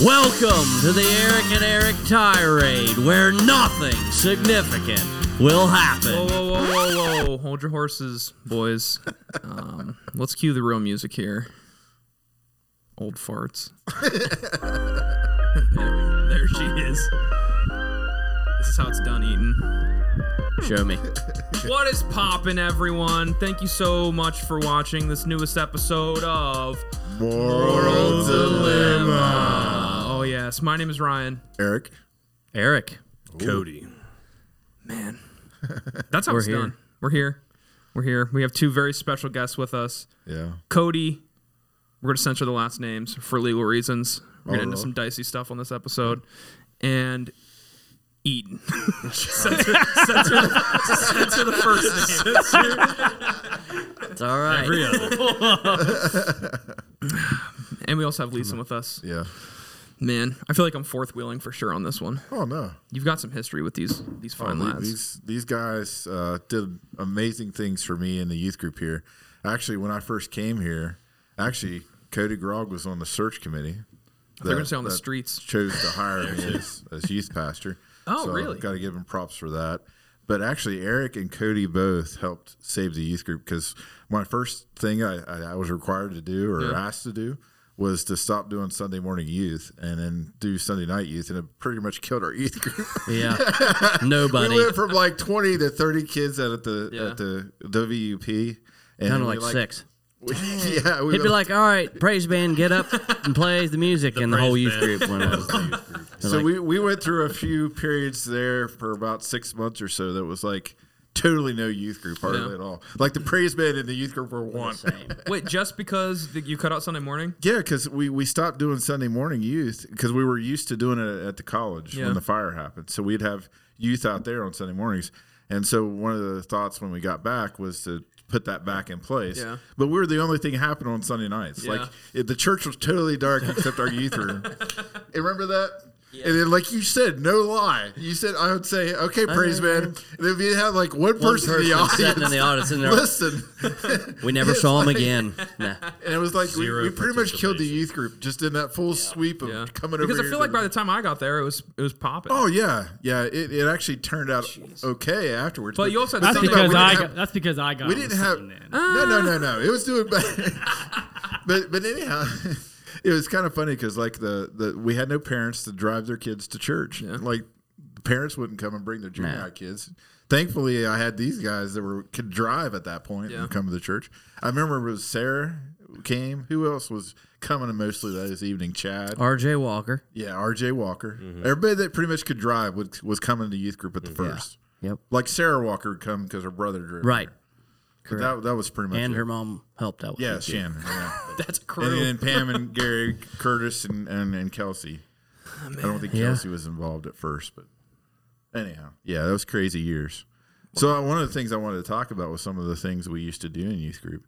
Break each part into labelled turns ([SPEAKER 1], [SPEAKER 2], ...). [SPEAKER 1] Welcome to the Eric and Eric tirade, where nothing significant will
[SPEAKER 2] Whoa,
[SPEAKER 1] happen.
[SPEAKER 2] whoa, whoa, whoa, whoa. Hold your horses, boys. Um, let's cue the real music here. Old farts. there, there she is. This is how it's done eating.
[SPEAKER 1] Show me.
[SPEAKER 2] What is poppin', everyone? Thank you so much for watching this newest episode of
[SPEAKER 3] Moral
[SPEAKER 2] Oh Yes. My name is Ryan.
[SPEAKER 3] Eric.
[SPEAKER 1] Eric.
[SPEAKER 4] Cody.
[SPEAKER 2] Man, that's how it's
[SPEAKER 1] here.
[SPEAKER 2] done. We're here. We're here. We have two very special guests with us.
[SPEAKER 3] Yeah.
[SPEAKER 2] Cody. We're going to censor the last names for legal reasons. We're going to
[SPEAKER 3] Oh,
[SPEAKER 2] into
[SPEAKER 3] no.
[SPEAKER 2] some dicey stuff on this episode. And Eden. censor, censor, censor the first name.
[SPEAKER 1] It's all right.
[SPEAKER 2] And we also have Lisa with us.
[SPEAKER 3] Yeah.
[SPEAKER 2] Man, I feel like I'm fourth wheeling for sure on this one.
[SPEAKER 3] Oh no.
[SPEAKER 2] You've got some history with these these fine
[SPEAKER 3] Oh, the-
[SPEAKER 2] lads.
[SPEAKER 3] these these guys uh, did amazing things for me in the youth group here. Actually, when I first came here, actually Cody Grog was on the search committee.
[SPEAKER 2] They're going
[SPEAKER 3] that-
[SPEAKER 2] to say on the
[SPEAKER 3] that
[SPEAKER 2] streets.
[SPEAKER 3] Chose to hire me as, as youth pastor.
[SPEAKER 2] Oh, really?
[SPEAKER 3] Got to give him props for that. But actually, Eric and Cody both helped save the youth group because my first thing I, I, I was required to do or
[SPEAKER 2] Yeah.
[SPEAKER 3] asked to do was to stop doing Sunday morning youth and then do Sunday night youth, and it pretty much killed our youth group.
[SPEAKER 1] Yeah.
[SPEAKER 3] We
[SPEAKER 1] Nobody.
[SPEAKER 3] went from like twenty to thirty kids out at the
[SPEAKER 2] Yeah.
[SPEAKER 3] at the WUP, and
[SPEAKER 1] Kind
[SPEAKER 3] we,
[SPEAKER 1] of like six.
[SPEAKER 3] yeah, we
[SPEAKER 1] He'd be
[SPEAKER 3] went-
[SPEAKER 1] like, all right, praise band, get up and play the music. and the whole
[SPEAKER 4] praise
[SPEAKER 1] youth
[SPEAKER 4] band.
[SPEAKER 1] group went on.
[SPEAKER 3] so we, we went through a few periods there for about six months or so that was like totally no youth group hardly
[SPEAKER 2] Yeah.
[SPEAKER 3] at all. Like the praise band and the youth group were one.
[SPEAKER 2] Wait, just because the, you cut out Sunday morning?
[SPEAKER 3] Yeah, because we, we stopped doing Sunday morning youth because we were used to doing it at the college
[SPEAKER 2] Yeah.
[SPEAKER 3] when the fire happened. So we'd have youth out there on Sunday mornings. And so one of the thoughts when we got back was to put that back in place.
[SPEAKER 2] Yeah.
[SPEAKER 3] But we were the only thing happening on Sunday nights.
[SPEAKER 2] Yeah.
[SPEAKER 3] Like it, the church was totally dark except our youth room. And remember that? And then, like you said, no lie. You said I would say, "Okay, praise man." And then we have like one person, in the
[SPEAKER 1] person
[SPEAKER 3] audience,
[SPEAKER 1] sitting in the audience and they're-
[SPEAKER 3] listen.
[SPEAKER 1] We never saw him again. Nah.
[SPEAKER 3] And it was like we,
[SPEAKER 4] Zero
[SPEAKER 3] we pretty much killed the
[SPEAKER 4] participation.
[SPEAKER 3] youth group just in that full sweep of
[SPEAKER 2] Yeah.
[SPEAKER 3] coming over.
[SPEAKER 2] because I
[SPEAKER 3] here
[SPEAKER 2] feel
[SPEAKER 3] to
[SPEAKER 2] like by
[SPEAKER 3] the-
[SPEAKER 2] the time I got there, it was it was popping.
[SPEAKER 3] oh yeah, yeah. It, it actually turned out okay afterwards.
[SPEAKER 2] But you also had
[SPEAKER 3] the
[SPEAKER 5] That's
[SPEAKER 3] thing
[SPEAKER 2] something
[SPEAKER 5] because
[SPEAKER 3] about
[SPEAKER 5] I
[SPEAKER 3] we didn't
[SPEAKER 5] got, that's because I got.
[SPEAKER 3] we
[SPEAKER 5] on
[SPEAKER 3] didn't
[SPEAKER 5] the
[SPEAKER 3] have
[SPEAKER 5] scene then.
[SPEAKER 3] no no no no. It was doing bad. but but anyhow. It was kind of funny because like the, the we had no parents to drive their kids to church. Like the parents wouldn't come and bring their junior
[SPEAKER 1] Nah.
[SPEAKER 3] high kids. Thankfully, I had these guys that were could drive at that point
[SPEAKER 2] Yeah.
[SPEAKER 3] and come to the church. I remember it was Sarah who came. Who else was coming mostly that evening? Chad.
[SPEAKER 1] RJ Walker.
[SPEAKER 3] Yeah, R.J. Walker.
[SPEAKER 1] Mm-hmm.
[SPEAKER 3] Everybody that pretty much could drive would, was coming to youth group at the first.
[SPEAKER 1] Yep.
[SPEAKER 3] Like Sarah Walker would come because her brother drove.
[SPEAKER 1] Right.
[SPEAKER 3] But that, that was pretty much
[SPEAKER 1] And
[SPEAKER 3] it.
[SPEAKER 1] her mom helped out with
[SPEAKER 3] Yeah,
[SPEAKER 1] it.
[SPEAKER 3] Shannon. yeah.
[SPEAKER 2] That's a crew.
[SPEAKER 3] and then Pam and Gary, Curtis and, and, and Kelsey. I don't think
[SPEAKER 1] Yeah.
[SPEAKER 3] Kelsey was involved at first, but anyhow, yeah, that was crazy years. So uh, one of the things I wanted to talk about was some of the things we used to do in youth group,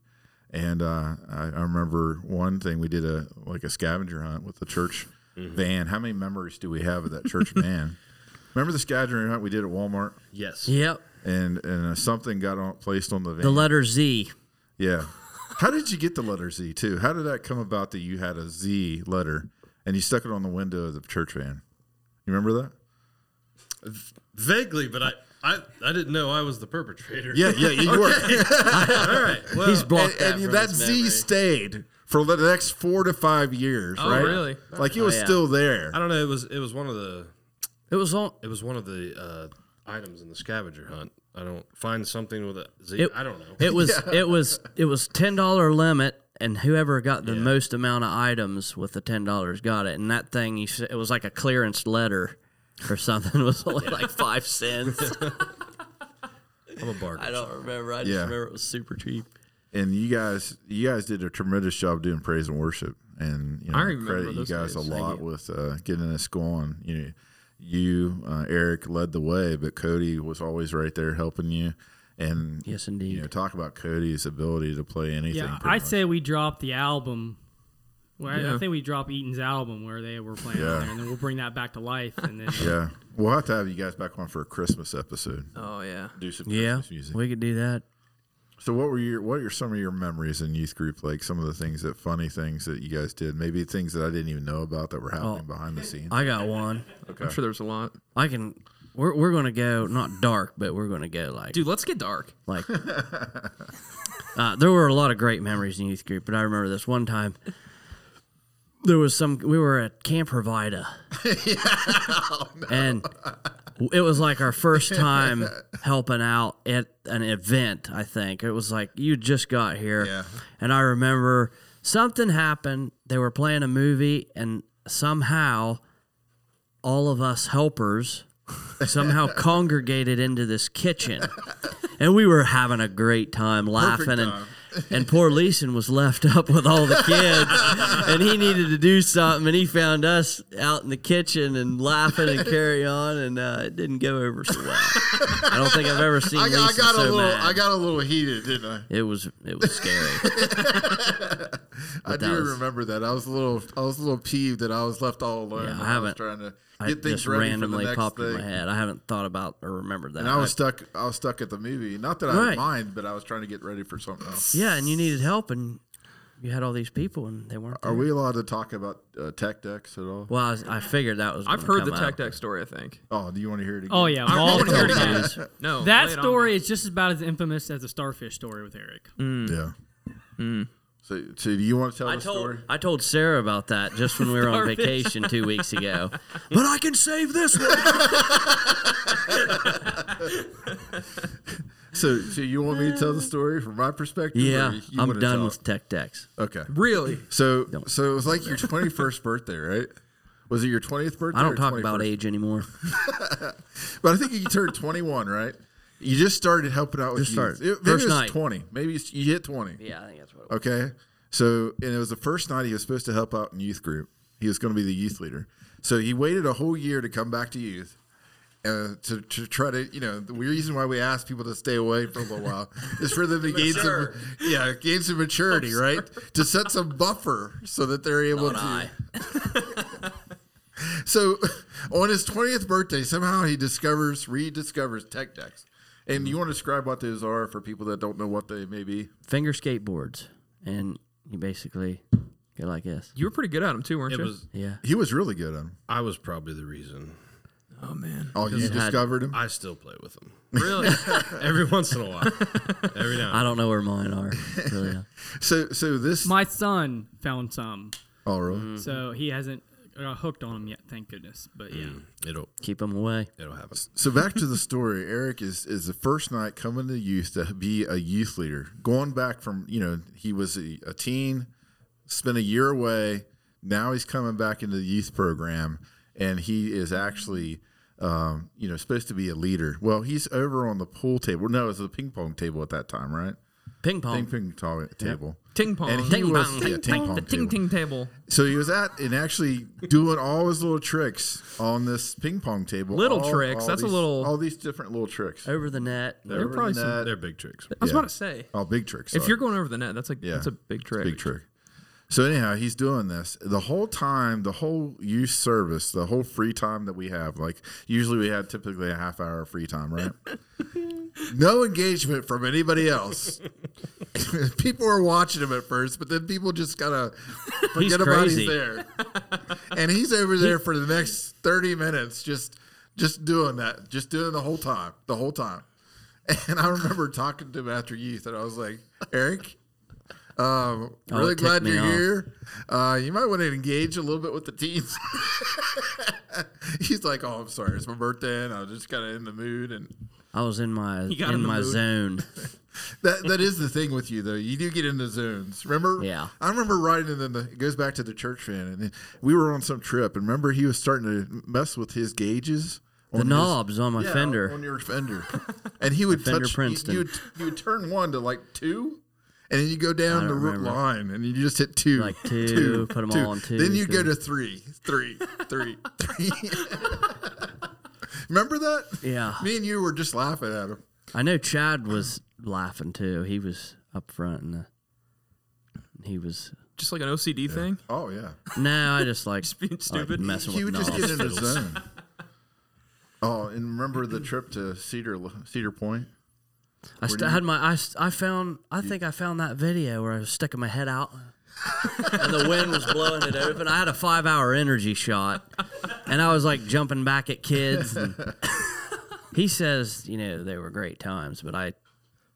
[SPEAKER 3] and uh, I, I remember one thing we did a like a scavenger hunt with the church van. How many memories do we have of that church van? Remember the scavenger hunt we did at Walmart,
[SPEAKER 4] Yes.
[SPEAKER 1] Yep.
[SPEAKER 3] and and uh, something got on, placed on the van.
[SPEAKER 1] The letter Z.
[SPEAKER 3] Yeah. How did you get the letter Z too? How did that come about that you had a Z letter and you stuck it on the window of the church van? You remember that?
[SPEAKER 4] Vaguely, but I, I, I didn't know I was the perpetrator.
[SPEAKER 3] Yeah, yeah, you were.
[SPEAKER 4] All right. Well,
[SPEAKER 1] He's blocked
[SPEAKER 3] And,
[SPEAKER 1] that
[SPEAKER 3] and
[SPEAKER 1] from
[SPEAKER 3] that
[SPEAKER 1] his
[SPEAKER 3] Z
[SPEAKER 1] memory.
[SPEAKER 3] stayed for the next four to five years,
[SPEAKER 2] Oh,
[SPEAKER 3] right?
[SPEAKER 2] really?
[SPEAKER 3] Like it was
[SPEAKER 1] yeah.
[SPEAKER 3] still there.
[SPEAKER 4] I don't know. It was it was one of the
[SPEAKER 1] It was on.
[SPEAKER 4] it was one of the uh, items in the scavenger hunt. I don't find something with a Z.
[SPEAKER 1] It-
[SPEAKER 4] I don't know.
[SPEAKER 1] It was it was it was ten dollar limit, and whoever got the most amount of items with the ten dollars got it. And that thing, you s- it was like a clearance letter or something. It was only like five cents.
[SPEAKER 4] I'm a bargain.
[SPEAKER 1] I don't remember. I just
[SPEAKER 3] Yeah.
[SPEAKER 1] remember it was super cheap.
[SPEAKER 3] and you guys you guys did a tremendous job doing praise and worship and you know
[SPEAKER 2] I
[SPEAKER 3] I
[SPEAKER 2] remember
[SPEAKER 3] credit you
[SPEAKER 2] those
[SPEAKER 3] guys
[SPEAKER 2] days.
[SPEAKER 3] a lot with uh, getting us going you know you uh, eric led the way but cody was always right there helping you and
[SPEAKER 1] Yes, indeed.
[SPEAKER 3] you know talk about cody's ability to play anything
[SPEAKER 5] Yeah,
[SPEAKER 3] pretty
[SPEAKER 5] I'd
[SPEAKER 3] much.
[SPEAKER 5] say we dropped the album. Where I-
[SPEAKER 2] Yeah.
[SPEAKER 5] I think we dropped Eaton's album where they were playing,
[SPEAKER 3] Yeah.
[SPEAKER 5] on there, and then we'll bring that back to life. And then
[SPEAKER 3] yeah we'll have to have you guys back on for a christmas episode
[SPEAKER 2] oh yeah.
[SPEAKER 3] do some
[SPEAKER 1] Yeah,
[SPEAKER 3] christmas music
[SPEAKER 1] we could do that.
[SPEAKER 3] So what were your what are some of your memories in youth group? Like some of the things that funny things that you guys did, maybe things that I didn't even know about that were
[SPEAKER 1] Oh.
[SPEAKER 3] happening behind the scenes.
[SPEAKER 1] I got one.
[SPEAKER 2] I'm sure there's a lot.
[SPEAKER 1] I can. We're, we're gonna go not dark, but we're gonna go like
[SPEAKER 2] Dude, let's get dark.
[SPEAKER 1] like. uh, there were a lot of great memories in youth group, but I remember this one time. There was some. We were at Camp Provida, and it was like our first time helping out at an event. I think it was like you just got here,
[SPEAKER 3] Yeah.
[SPEAKER 1] and I remember something happened. They were playing a movie, and somehow all of us helpers somehow congregated into this kitchen. And we were having a great time laughing and and poor Leeson was left up with all the kids and he needed to do something and he found us out in the kitchen and laughing and carry on and uh, it didn't go over so well. I don't think I've ever seen
[SPEAKER 3] I,
[SPEAKER 1] Leeson
[SPEAKER 3] got- I got
[SPEAKER 1] so
[SPEAKER 3] a little
[SPEAKER 1] mad.
[SPEAKER 3] I got a little heated, didn't I?
[SPEAKER 1] it was it was scary.
[SPEAKER 3] I
[SPEAKER 1] that
[SPEAKER 3] do
[SPEAKER 1] was-
[SPEAKER 3] remember that. I was a little I was a little peeved that I was left all alone.
[SPEAKER 1] Yeah, I
[SPEAKER 3] and was
[SPEAKER 1] haven't-
[SPEAKER 3] trying to
[SPEAKER 1] I
[SPEAKER 3] get things
[SPEAKER 1] just
[SPEAKER 3] ready for the
[SPEAKER 1] randomly
[SPEAKER 3] next
[SPEAKER 1] popped
[SPEAKER 3] thing.
[SPEAKER 1] in my head. I haven't thought about or remembered that.
[SPEAKER 3] And I was
[SPEAKER 1] I-
[SPEAKER 3] stuck. I was stuck at the movie. Not that I
[SPEAKER 1] Right.
[SPEAKER 3] mind, but I was trying to get ready for something else.
[SPEAKER 1] yeah, and you needed help and you had all these people and they weren't there.
[SPEAKER 3] Are we allowed to talk about uh, tech decks at all?
[SPEAKER 1] Well, I, was, I figured that was.
[SPEAKER 2] I've
[SPEAKER 1] gonna
[SPEAKER 2] heard the
[SPEAKER 1] come
[SPEAKER 2] tech
[SPEAKER 1] up.
[SPEAKER 2] deck story, I think.
[SPEAKER 3] Oh, do you want to hear it again?
[SPEAKER 5] Oh yeah,
[SPEAKER 2] I
[SPEAKER 5] all
[SPEAKER 2] wanna hear it
[SPEAKER 5] that.
[SPEAKER 2] again. No.
[SPEAKER 5] That
[SPEAKER 2] lay it on
[SPEAKER 5] story
[SPEAKER 2] me.
[SPEAKER 5] is just about as infamous as the starfish story with Eric.
[SPEAKER 3] Yeah. So, so do you want to tell
[SPEAKER 1] mm. I
[SPEAKER 3] the
[SPEAKER 1] told
[SPEAKER 3] story?
[SPEAKER 1] I told Sarah about that just when we were on
[SPEAKER 5] Starfish.
[SPEAKER 1] vacation two weeks ago. but I can save this one.
[SPEAKER 3] So, so you want me to tell the story from my perspective? or
[SPEAKER 1] Yeah,
[SPEAKER 3] you- you
[SPEAKER 1] I'm
[SPEAKER 3] wanna
[SPEAKER 1] done
[SPEAKER 3] tell
[SPEAKER 1] with tech decks.
[SPEAKER 3] it? Okay.
[SPEAKER 2] Really?
[SPEAKER 3] So, so it was like your 21st birthday, right? Was it your 20th birthday?
[SPEAKER 1] I don't
[SPEAKER 3] or
[SPEAKER 1] talk about
[SPEAKER 3] 21st?
[SPEAKER 1] age anymore.
[SPEAKER 3] But I think you turned 21, right? You just started helping out with
[SPEAKER 1] Just
[SPEAKER 3] youth.
[SPEAKER 1] started.
[SPEAKER 3] It- maybe
[SPEAKER 1] First
[SPEAKER 3] it was
[SPEAKER 1] night.
[SPEAKER 3] 20. Maybe it's, you hit 20.
[SPEAKER 1] Yeah, I think that's what. It was.
[SPEAKER 3] Okay. So, and it was the first night he was supposed to help out in youth group. He was going to be the youth leader. So he waited a whole year to come back to youth. Uh, to, to try to you know the reason why we ask people to stay away for a little while is for them to gain some yeah gain some maturity right to set some buffer so that they're able to
[SPEAKER 1] I.
[SPEAKER 3] so on his 20th birthday, somehow he discovers, rediscovers tech decks. And you want to describe what those are for people that don't know what they may be?
[SPEAKER 1] Finger skateboards, and you basically go like this.
[SPEAKER 2] You were pretty good at them too, weren't
[SPEAKER 4] It
[SPEAKER 2] you?
[SPEAKER 4] was
[SPEAKER 1] Yeah,
[SPEAKER 3] He was really good at them.
[SPEAKER 4] I was probably the reason.
[SPEAKER 2] oh man.
[SPEAKER 3] Oh, you
[SPEAKER 1] Just had-
[SPEAKER 3] discovered him?
[SPEAKER 4] I still play with them
[SPEAKER 2] Really?
[SPEAKER 4] every once in a while. Every now.
[SPEAKER 1] I don't know where mine are. Really, uh,
[SPEAKER 3] So, so this.
[SPEAKER 5] My son found some,
[SPEAKER 3] oh, really?
[SPEAKER 5] so he hasn't uh, hooked on them yet. Thank goodness. But yeah,
[SPEAKER 4] and It'll
[SPEAKER 1] keep them away.
[SPEAKER 4] it'll happen.
[SPEAKER 3] So back to the story. Eric is is the first night coming to youth to be a youth leader. Going back from you know he was a, a teen, spent a year away. Now he's coming back into the youth program, and he is actually um, you know supposed to be a leader. Well, he's over on the pool table. No, it was the ping pong table at that time, right?
[SPEAKER 1] Ping pong.
[SPEAKER 3] Ping ping to- table.
[SPEAKER 2] Ting pong.
[SPEAKER 3] And he
[SPEAKER 2] ting
[SPEAKER 3] was-
[SPEAKER 2] pong.
[SPEAKER 3] yeah, ting pong
[SPEAKER 2] The ting
[SPEAKER 3] table.
[SPEAKER 2] ting table.
[SPEAKER 3] So he was at and actually doing all his little tricks on this ping pong table.
[SPEAKER 2] Little
[SPEAKER 3] All-
[SPEAKER 2] tricks.
[SPEAKER 3] all
[SPEAKER 2] That's a
[SPEAKER 3] these-
[SPEAKER 2] little-
[SPEAKER 3] All these different little tricks.
[SPEAKER 1] Over the net.
[SPEAKER 3] Over the
[SPEAKER 2] probably some-
[SPEAKER 3] net.
[SPEAKER 4] They're big tricks.
[SPEAKER 2] I was
[SPEAKER 3] Yeah.
[SPEAKER 2] about to say.
[SPEAKER 3] Oh, big trick.
[SPEAKER 2] If
[SPEAKER 3] sorry.
[SPEAKER 2] you're going over the net, that's like
[SPEAKER 3] Yeah.
[SPEAKER 2] that's a big trick.
[SPEAKER 3] big trick. So anyhow, he's doing this the whole time, the whole youth service, the whole free time that we have. Like usually we have typically a half hour of free time, right? no engagement from anybody else. people are watching him at first, but then people just kind of
[SPEAKER 1] He's
[SPEAKER 3] forget about
[SPEAKER 1] crazy.
[SPEAKER 3] he's there. and he's over there for the next thirty minutes, just just doing that, just doing the whole time, the whole time. And I remember talking to him after youth, and I was like, Eric. Um,
[SPEAKER 1] Oh,
[SPEAKER 3] really
[SPEAKER 1] it ticked
[SPEAKER 3] glad
[SPEAKER 1] me
[SPEAKER 3] you're
[SPEAKER 1] off.
[SPEAKER 3] here. Uh, you might want to engage a little bit with the teens. He's like, "Oh, I'm sorry, it's my birthday, and I was just kind of in the mood." And
[SPEAKER 1] I was in my
[SPEAKER 2] got in
[SPEAKER 1] in
[SPEAKER 2] the
[SPEAKER 1] my
[SPEAKER 2] mood.
[SPEAKER 1] zone.
[SPEAKER 3] that that is the thing with you though. You do get into zones. Remember?
[SPEAKER 1] Yeah.
[SPEAKER 3] I remember riding in the. It goes back to the church fan, and then we were on some trip, and remember he was starting to mess with his gauges.
[SPEAKER 1] The knobs on my
[SPEAKER 3] yeah,
[SPEAKER 1] fender.
[SPEAKER 3] on your fender, and he would
[SPEAKER 1] Fender
[SPEAKER 3] touch.
[SPEAKER 1] Princeton.
[SPEAKER 3] You, you, would, you would turn one to like two, and then you go down
[SPEAKER 1] I
[SPEAKER 3] the
[SPEAKER 1] don't
[SPEAKER 3] root
[SPEAKER 1] remember.
[SPEAKER 3] line, and you just hit two,
[SPEAKER 1] Like two, put 'em all on two,
[SPEAKER 3] Then you go
[SPEAKER 1] two.
[SPEAKER 3] to three, three, three, three. remember that?
[SPEAKER 1] Yeah.
[SPEAKER 3] Me and you were just laughing at him.
[SPEAKER 1] I know Chad was laughing too. He was up front and uh, he was.
[SPEAKER 2] Just like an OCD thing.
[SPEAKER 3] Oh yeah.
[SPEAKER 1] No, I just like just
[SPEAKER 2] being stupid.
[SPEAKER 1] messing
[SPEAKER 3] he
[SPEAKER 1] with
[SPEAKER 3] would just
[SPEAKER 1] knobs.
[SPEAKER 3] get in a zone. Oh, and remember the trip to Cedar Cedar Point?
[SPEAKER 1] I st- had my I, s- I found I think I found that video where I was sticking my head out and the wind was blowing it open. I had a 5-hour energy shot and I was like jumping back at kids and he says, you know, they were great times, but I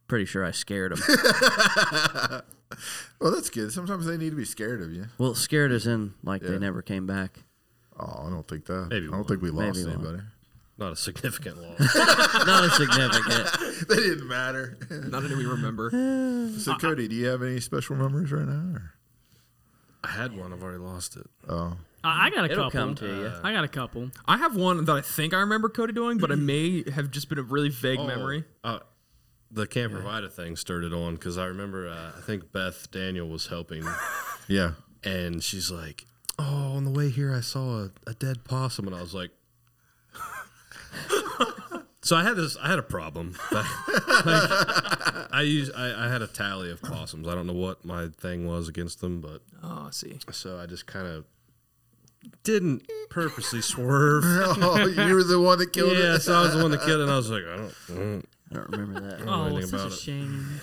[SPEAKER 1] pretty sure I scared him.
[SPEAKER 3] Well, that's good. Sometimes they need to be scared of you.
[SPEAKER 1] Well, scared as in like
[SPEAKER 3] Yeah.
[SPEAKER 1] they never came back.
[SPEAKER 3] Oh, I don't think that.
[SPEAKER 4] Maybe
[SPEAKER 3] I don't
[SPEAKER 4] one.
[SPEAKER 3] think we lost
[SPEAKER 1] Maybe one.
[SPEAKER 3] anybody.
[SPEAKER 4] Not a significant loss.
[SPEAKER 1] Not as significant.
[SPEAKER 3] they didn't matter.
[SPEAKER 2] Not that we remember.
[SPEAKER 3] so, Cody, do you have any special memories right now? Or?
[SPEAKER 4] I had one. I've already lost it.
[SPEAKER 3] Oh,
[SPEAKER 5] I, I got a
[SPEAKER 1] It'll
[SPEAKER 5] couple.
[SPEAKER 1] come to you.
[SPEAKER 5] I got a couple.
[SPEAKER 2] I have one that I think I remember Cody doing, but it may have just been a really vague memory.
[SPEAKER 4] Uh, the Camp Provider thing stirred it on because I remember uh, I think Beth Daniel was helping,
[SPEAKER 3] yeah.
[SPEAKER 4] and she's like, "Oh, on the way here I saw a, a dead possum," and I was like. So I had this. I had a problem. Like, I used. I, I had a tally of possums. I don't know what my thing was against them, but
[SPEAKER 2] Oh, I see.
[SPEAKER 4] so I just kind of didn't purposely swerve.
[SPEAKER 3] Oh, you were the one that killed
[SPEAKER 4] yeah,
[SPEAKER 3] it.
[SPEAKER 4] so I was the one that killed, it, and I was like, I don't. I don't
[SPEAKER 1] I don't remember that.
[SPEAKER 4] know
[SPEAKER 5] Oh,
[SPEAKER 4] anything
[SPEAKER 5] such
[SPEAKER 4] about
[SPEAKER 5] a
[SPEAKER 4] it.
[SPEAKER 5] shame.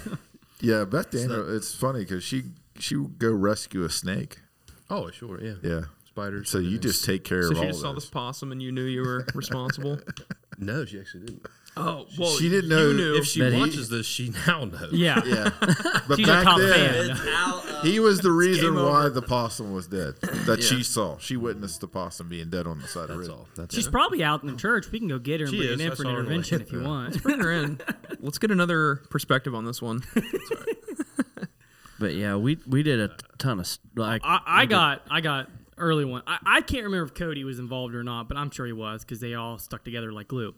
[SPEAKER 3] Yeah, Beth Daniel. It's funny because she she would go rescue a snake.
[SPEAKER 4] Oh, sure, yeah.
[SPEAKER 3] Yeah.
[SPEAKER 4] Spiders.
[SPEAKER 3] So you just take care
[SPEAKER 2] So
[SPEAKER 3] of
[SPEAKER 2] she
[SPEAKER 3] all
[SPEAKER 2] just saw
[SPEAKER 3] those.
[SPEAKER 2] this possum and you knew you were responsible.
[SPEAKER 4] No, she actually didn't.
[SPEAKER 2] oh, well,
[SPEAKER 3] She didn't know
[SPEAKER 2] you knew.
[SPEAKER 4] If she
[SPEAKER 1] But he-
[SPEAKER 4] watches this, she now knows.
[SPEAKER 5] Yeah.
[SPEAKER 3] Yeah. But
[SPEAKER 5] She's a
[SPEAKER 3] back
[SPEAKER 5] top
[SPEAKER 3] then,
[SPEAKER 5] fan.
[SPEAKER 3] he was the reason why the possum was dead that she saw. She witnessed the possum being dead on the side of the
[SPEAKER 4] That's
[SPEAKER 3] road.
[SPEAKER 4] all. That's
[SPEAKER 5] She's probably out in the church. We can go get her and
[SPEAKER 4] She
[SPEAKER 5] bring
[SPEAKER 4] is.
[SPEAKER 5] it in
[SPEAKER 4] I
[SPEAKER 5] for
[SPEAKER 4] saw
[SPEAKER 5] an
[SPEAKER 4] her on the way.
[SPEAKER 5] intervention if you want.
[SPEAKER 2] Bring her in. Let's get another perspective on this one.
[SPEAKER 1] But yeah, we we did a ton of s- like
[SPEAKER 5] I, I got I got early one. I, I can't remember if Cody was involved or not, but I'm sure he was because they all stuck together like glue.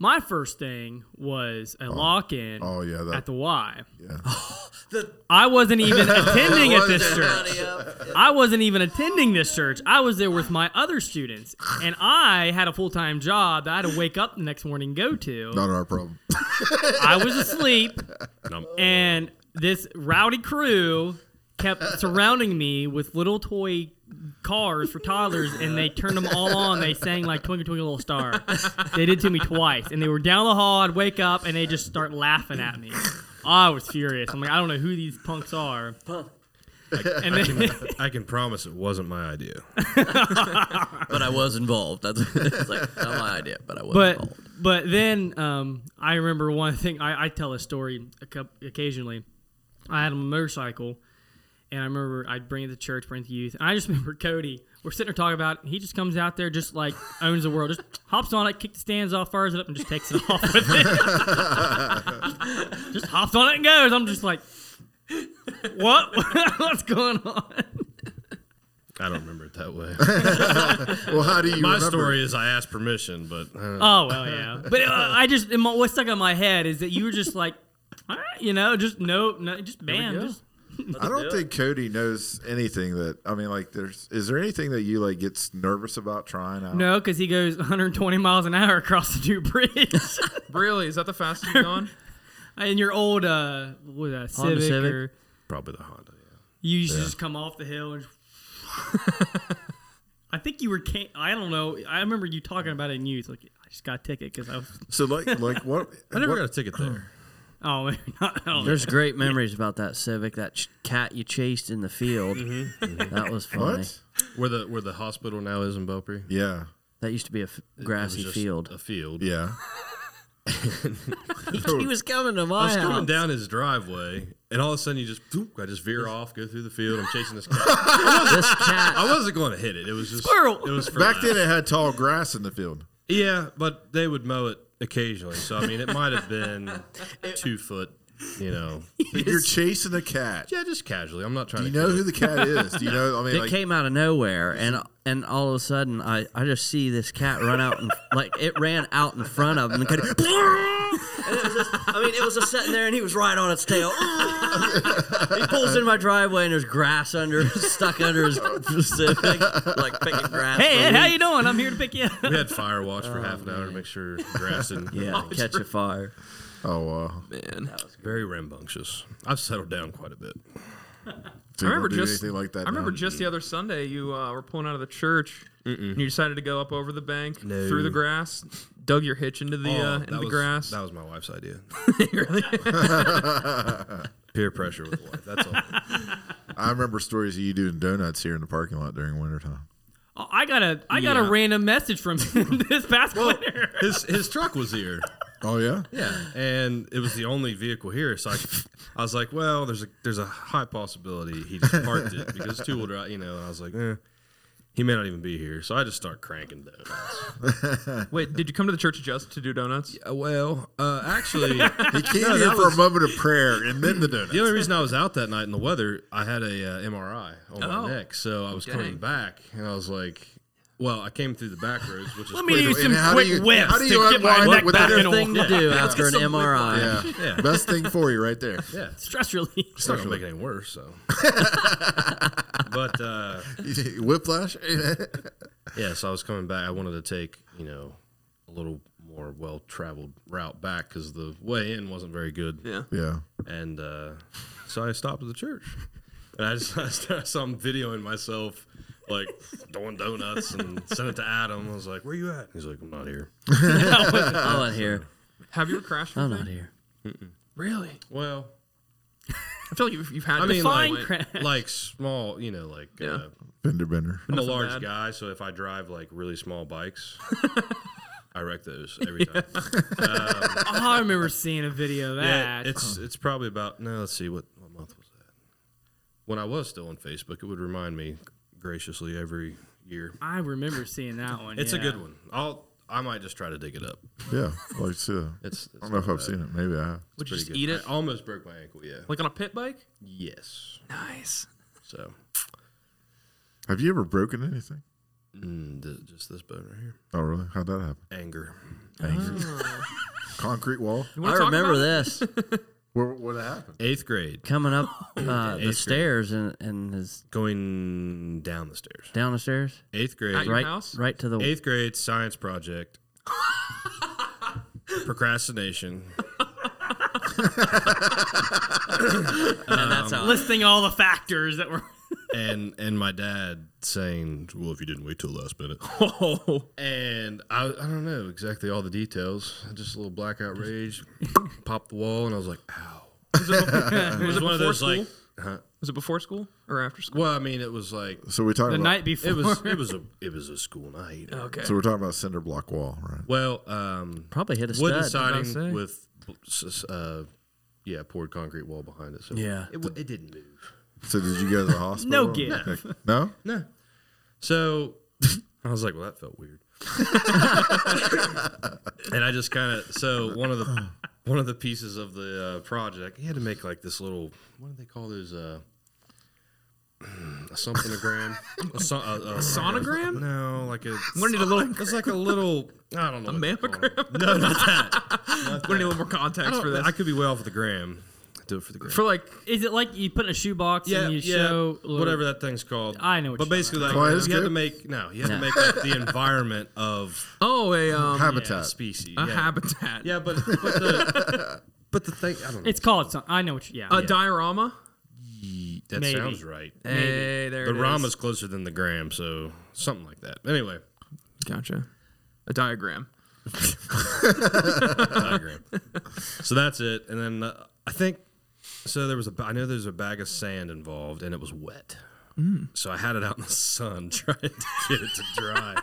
[SPEAKER 5] My first thing was a lock in
[SPEAKER 3] Oh, yeah, that-
[SPEAKER 5] at the Y.
[SPEAKER 3] Yeah.
[SPEAKER 5] I wasn't even attending at this church. I wasn't even attending this church. I was there with my other students, and I had a full time job that I had to wake up the next morning and go to.
[SPEAKER 3] Not our problem.
[SPEAKER 5] I was asleep,
[SPEAKER 4] Num-
[SPEAKER 5] and this rowdy crew kept surrounding me with little toy cars for toddlers, and they turned them all on. They sang like "Twinkle Twinkle Little Star." They did to me twice, and they were down the hall. I'd wake up, and they just start laughing at me. I was furious. I'm like, I don't know who these punks are. And then,
[SPEAKER 4] I can promise it wasn't my idea.
[SPEAKER 1] but I was involved. That's it's like not my idea, but I was
[SPEAKER 5] but
[SPEAKER 1] involved.
[SPEAKER 5] but then um, I remember one thing. I, I tell a story a coup- occasionally. I had a motorcycle, and I remember I'd bring it to church, bring it to youth, and I just remember Cody. We're sitting there talking about. It, he just comes out there, just like owns the world. Just hops on it, kicks the stands off, fires it up, and just takes it off with it. just hops on it and goes. I'm just like, what? What's going on?
[SPEAKER 4] I don't remember it that way.
[SPEAKER 3] Well, how do you
[SPEAKER 4] my
[SPEAKER 3] remember?
[SPEAKER 4] story is I asked permission, but uh,
[SPEAKER 5] Oh well, yeah. But uh, I just in my, what stuck in my head is that you were just like, all right, you know, just no, no, just bam, just
[SPEAKER 3] I don't think Cody knows anything that I mean. Like, there's is there anything that you like gets nervous about trying out?
[SPEAKER 5] no, because he goes 120 miles an hour across the new bridge.
[SPEAKER 2] really? Is that the fastest you've gone?
[SPEAKER 5] and your old uh, what, uh
[SPEAKER 1] Honda
[SPEAKER 5] Civic,
[SPEAKER 1] Civic?
[SPEAKER 5] or
[SPEAKER 4] probably the Honda. Yeah.
[SPEAKER 5] you used to just come off the hill and. I think you were. Can- I don't know. I remember you talking about it in youth. Like I just got a ticket because I was.
[SPEAKER 3] So like like what?
[SPEAKER 4] I never
[SPEAKER 3] what-
[SPEAKER 4] got a ticket there.
[SPEAKER 5] Oh, man, not, oh
[SPEAKER 1] There's great memories about that Civic, that ch- cat you chased in the field. That was funny.
[SPEAKER 3] what?
[SPEAKER 4] Where the where the hospital now is in Belpre.
[SPEAKER 3] Yeah,
[SPEAKER 1] That used to be a f-
[SPEAKER 4] It was
[SPEAKER 1] grassy
[SPEAKER 4] just
[SPEAKER 1] field.
[SPEAKER 4] A field.
[SPEAKER 3] yeah.
[SPEAKER 1] he was coming to
[SPEAKER 4] I
[SPEAKER 1] my
[SPEAKER 4] was coming
[SPEAKER 1] house.
[SPEAKER 4] down his driveway, and all of a sudden you just, boop, I just veer off, go through the field. I'm chasing this cat.
[SPEAKER 1] This cat.
[SPEAKER 4] I wasn't going to hit it. It was just,
[SPEAKER 5] Squirrel.
[SPEAKER 4] it was for
[SPEAKER 3] Back
[SPEAKER 4] laughs.
[SPEAKER 3] then, it had tall grass in the field.
[SPEAKER 4] Yeah, but they would mow it occasionally. So I mean, it might have been two foot. You know,
[SPEAKER 3] But You're chasing a cat.
[SPEAKER 4] yeah, just casually. I'm not trying
[SPEAKER 3] Do you
[SPEAKER 4] to.
[SPEAKER 3] know
[SPEAKER 4] kill
[SPEAKER 3] who
[SPEAKER 4] it.
[SPEAKER 3] the cat is? Do you know? I mean,
[SPEAKER 1] It
[SPEAKER 3] like,
[SPEAKER 1] came out of nowhere, and and all of a sudden, I, I just see this cat run out and like it ran out in front of him. And, kind of- and it was just, I mean, it was just sitting there, and he was right on its tail. he pulls in my driveway, and there's grass under, stuck under his Pacific, like picking grass.
[SPEAKER 5] Hey,
[SPEAKER 1] for
[SPEAKER 5] Ed, how
[SPEAKER 1] weeds.
[SPEAKER 5] you doing? I'm here to pick you up.
[SPEAKER 4] We had fire watch for half an hour to make sure grass and
[SPEAKER 1] Yeah, catch a fire.
[SPEAKER 3] oh wow.
[SPEAKER 2] Man.
[SPEAKER 4] very rambunctious. I've settled down quite a bit.
[SPEAKER 3] So
[SPEAKER 2] I
[SPEAKER 3] you
[SPEAKER 2] remember
[SPEAKER 3] don't do
[SPEAKER 2] just
[SPEAKER 3] anything like that.
[SPEAKER 2] I remember
[SPEAKER 3] now?
[SPEAKER 2] just the other Sunday you uh, were pulling out of the church And you decided to go up over the bank through the grass, dug your hitch into
[SPEAKER 3] Oh,
[SPEAKER 2] the uh, into
[SPEAKER 4] Oh, that
[SPEAKER 2] the
[SPEAKER 4] was,
[SPEAKER 2] grass.
[SPEAKER 4] That was my wife's idea.
[SPEAKER 2] Really?
[SPEAKER 4] Peer pressure with the wife. That's all.
[SPEAKER 3] I remember stories of you doing donuts here in the parking lot during wintertime.
[SPEAKER 5] Oh, I got a I got a
[SPEAKER 2] Yeah.
[SPEAKER 5] random message from him this past
[SPEAKER 4] Well,
[SPEAKER 5] winter.
[SPEAKER 4] his his truck was here.
[SPEAKER 3] Oh yeah,
[SPEAKER 4] Yeah, and it was the only vehicle here. So I, I was like, well, there's a there's a high possibility he just parked it because two wheel drive. You know, and I was like, eh, he may not even be here. So I just start cranking donuts.
[SPEAKER 2] Wait, did you come to the church just to do donuts?
[SPEAKER 4] Uh, well, uh, actually,
[SPEAKER 3] he came
[SPEAKER 4] No,
[SPEAKER 3] here
[SPEAKER 4] that
[SPEAKER 3] for
[SPEAKER 4] was-
[SPEAKER 3] a moment of prayer and then the donuts.
[SPEAKER 4] the only reason I was out that night in the weather, I had a uh, MRI on my
[SPEAKER 2] Oh.
[SPEAKER 4] neck, so I was coming
[SPEAKER 2] Dang.
[SPEAKER 4] back, and I was like, well, I came through the back roads, which is
[SPEAKER 5] Let me
[SPEAKER 4] quicker.
[SPEAKER 5] do
[SPEAKER 3] and
[SPEAKER 5] some
[SPEAKER 3] how do
[SPEAKER 5] quick
[SPEAKER 3] you-
[SPEAKER 5] whips
[SPEAKER 3] how do you
[SPEAKER 5] to get my
[SPEAKER 3] unwind
[SPEAKER 5] neck
[SPEAKER 3] with
[SPEAKER 5] back
[SPEAKER 3] that
[SPEAKER 5] in
[SPEAKER 1] Better
[SPEAKER 5] order.
[SPEAKER 1] thing to do after an
[SPEAKER 4] some liquid
[SPEAKER 1] MRI.
[SPEAKER 3] Yeah.
[SPEAKER 4] Yeah.
[SPEAKER 3] best thing for you right there.
[SPEAKER 4] yeah.
[SPEAKER 5] Stress relief.
[SPEAKER 4] It's not gonna make it any worse, so. but uh,
[SPEAKER 3] Whiplash.
[SPEAKER 4] yeah, so I was coming back. I wanted to take you know a little more well traveled route back because the way in wasn't very good.
[SPEAKER 2] Yeah.
[SPEAKER 3] yeah.
[SPEAKER 4] and uh, so I stopped at the church, and I just I started, saw him videoing myself like doing donuts and sent it to Adam. I was like, "Where you at?" He's like, "I'm not here."
[SPEAKER 1] I'm not here.
[SPEAKER 2] Have you ever crashed?
[SPEAKER 1] I'm
[SPEAKER 2] with
[SPEAKER 1] not
[SPEAKER 2] me?
[SPEAKER 1] here.
[SPEAKER 2] Really?
[SPEAKER 4] Well,
[SPEAKER 2] I feel like you've, you've had.
[SPEAKER 4] I
[SPEAKER 2] this
[SPEAKER 4] mean,
[SPEAKER 2] at
[SPEAKER 5] Fine
[SPEAKER 2] some point.
[SPEAKER 5] crash.
[SPEAKER 4] like small, you know, like
[SPEAKER 2] Yeah.
[SPEAKER 4] uh,
[SPEAKER 3] Bender bender.
[SPEAKER 4] I'm a
[SPEAKER 2] Nothing
[SPEAKER 4] large
[SPEAKER 2] bad.
[SPEAKER 4] guy, so if I drive like really small bikes, I wreck those every time.
[SPEAKER 5] Oh, I remember seeing a video of
[SPEAKER 4] Yeah,
[SPEAKER 5] that.
[SPEAKER 4] it's it's probably about no. Let's see what what month was that? When I was still on Facebook, it would remind me graciously every year.
[SPEAKER 5] I remember seeing that one.
[SPEAKER 4] It's a
[SPEAKER 5] yeah.
[SPEAKER 4] good one. I'll I might just try to dig it up.
[SPEAKER 3] Yeah. I'd like to see that.
[SPEAKER 4] It's, it's
[SPEAKER 3] I don't know if
[SPEAKER 4] not
[SPEAKER 3] I've
[SPEAKER 4] bad.
[SPEAKER 3] seen it. Maybe I have.
[SPEAKER 2] Would you
[SPEAKER 4] Pretty
[SPEAKER 2] just
[SPEAKER 4] good.
[SPEAKER 2] eat it?
[SPEAKER 4] I almost broke my ankle. Yeah.
[SPEAKER 2] Like on a pit bike?
[SPEAKER 4] yes.
[SPEAKER 2] Nice.
[SPEAKER 4] So
[SPEAKER 3] Have you ever broken anything?
[SPEAKER 4] mm, th- just this bone right here.
[SPEAKER 3] Oh really? How'd that happen?
[SPEAKER 4] Anger.
[SPEAKER 3] Concrete wall.
[SPEAKER 2] You
[SPEAKER 1] I
[SPEAKER 2] wanna talk
[SPEAKER 1] remember
[SPEAKER 2] about it?
[SPEAKER 1] this
[SPEAKER 3] What, what happened?
[SPEAKER 4] Eighth grade.
[SPEAKER 1] coming up uh, the
[SPEAKER 4] grade.
[SPEAKER 1] stairs and, and his
[SPEAKER 4] Going down the stairs.
[SPEAKER 1] down the stairs,
[SPEAKER 4] Eighth grade.
[SPEAKER 2] At your
[SPEAKER 1] right,
[SPEAKER 2] house?
[SPEAKER 1] right to the
[SPEAKER 4] Eighth grade science project. Procrastination.
[SPEAKER 1] And that's how
[SPEAKER 5] Listing all the factors that were.
[SPEAKER 4] and and my dad saying, "Well, if you didn't wait till last minute,"
[SPEAKER 2] Oh,
[SPEAKER 4] and I, I don't know exactly all the details. Just a little blackout rage, popped the wall, and I was like, "Ow!"
[SPEAKER 2] was it, before, was it
[SPEAKER 4] one
[SPEAKER 2] before
[SPEAKER 4] of those,
[SPEAKER 2] school?
[SPEAKER 4] like-
[SPEAKER 2] was it before school or after school?
[SPEAKER 4] Well, I mean, it was like
[SPEAKER 3] So we talking
[SPEAKER 5] The
[SPEAKER 3] about.
[SPEAKER 5] night before.
[SPEAKER 4] it was it was a it was a school night.
[SPEAKER 2] Oh, Okay.
[SPEAKER 3] So we're talking about cinder block wall, right?
[SPEAKER 4] Well, um,
[SPEAKER 1] probably hit a
[SPEAKER 4] wooden
[SPEAKER 1] stud.
[SPEAKER 2] to say.
[SPEAKER 4] siding with uh, yeah, poured concrete wall behind it. So
[SPEAKER 1] Yeah.
[SPEAKER 4] it, w- it didn't move.
[SPEAKER 3] So did you go to the hospital?
[SPEAKER 5] No gig.
[SPEAKER 3] Okay. No.
[SPEAKER 4] No. So I was like, well, that felt weird. and I just kind of so one of the one of the pieces of the uh, project, he had to make like this little what do they call those uh a somethingogram, a, son- a, a,
[SPEAKER 2] sonogram?
[SPEAKER 4] No, like a
[SPEAKER 2] We need a little-
[SPEAKER 4] It's like a little. I don't know. A
[SPEAKER 2] mammogram?
[SPEAKER 4] No, not that.
[SPEAKER 2] We need a little more context
[SPEAKER 4] I,
[SPEAKER 2] for this.
[SPEAKER 4] could be way off with the gram. Do it for the gram.
[SPEAKER 2] for like,
[SPEAKER 5] Is it like you put in a shoebox and you show little-
[SPEAKER 4] whatever that thing's called.
[SPEAKER 5] I know what
[SPEAKER 4] but
[SPEAKER 5] you're
[SPEAKER 4] basically, like,
[SPEAKER 3] Why
[SPEAKER 4] you
[SPEAKER 3] is
[SPEAKER 4] had to
[SPEAKER 3] good?
[SPEAKER 4] make no, you had to make like, the environment of
[SPEAKER 2] oh, a um,
[SPEAKER 4] a
[SPEAKER 3] Habitat.
[SPEAKER 4] species,
[SPEAKER 2] a
[SPEAKER 4] yeah.
[SPEAKER 2] habitat,
[SPEAKER 4] Yeah, but but the but the thing I don't know.
[SPEAKER 5] It's called something. I know what. You, yeah.
[SPEAKER 2] a diorama.
[SPEAKER 4] that
[SPEAKER 5] maybe.
[SPEAKER 4] sounds right.
[SPEAKER 2] Hey, there
[SPEAKER 4] The
[SPEAKER 2] it is.
[SPEAKER 4] Rama's closer than the gram, so something like that. Anyway,
[SPEAKER 2] Gotcha. A diagram.
[SPEAKER 4] diagram. so that's it, and then uh, I think so. There was a ba- I know there's a bag of sand involved, and it was wet. So I had it out in the sun trying to get it to dry.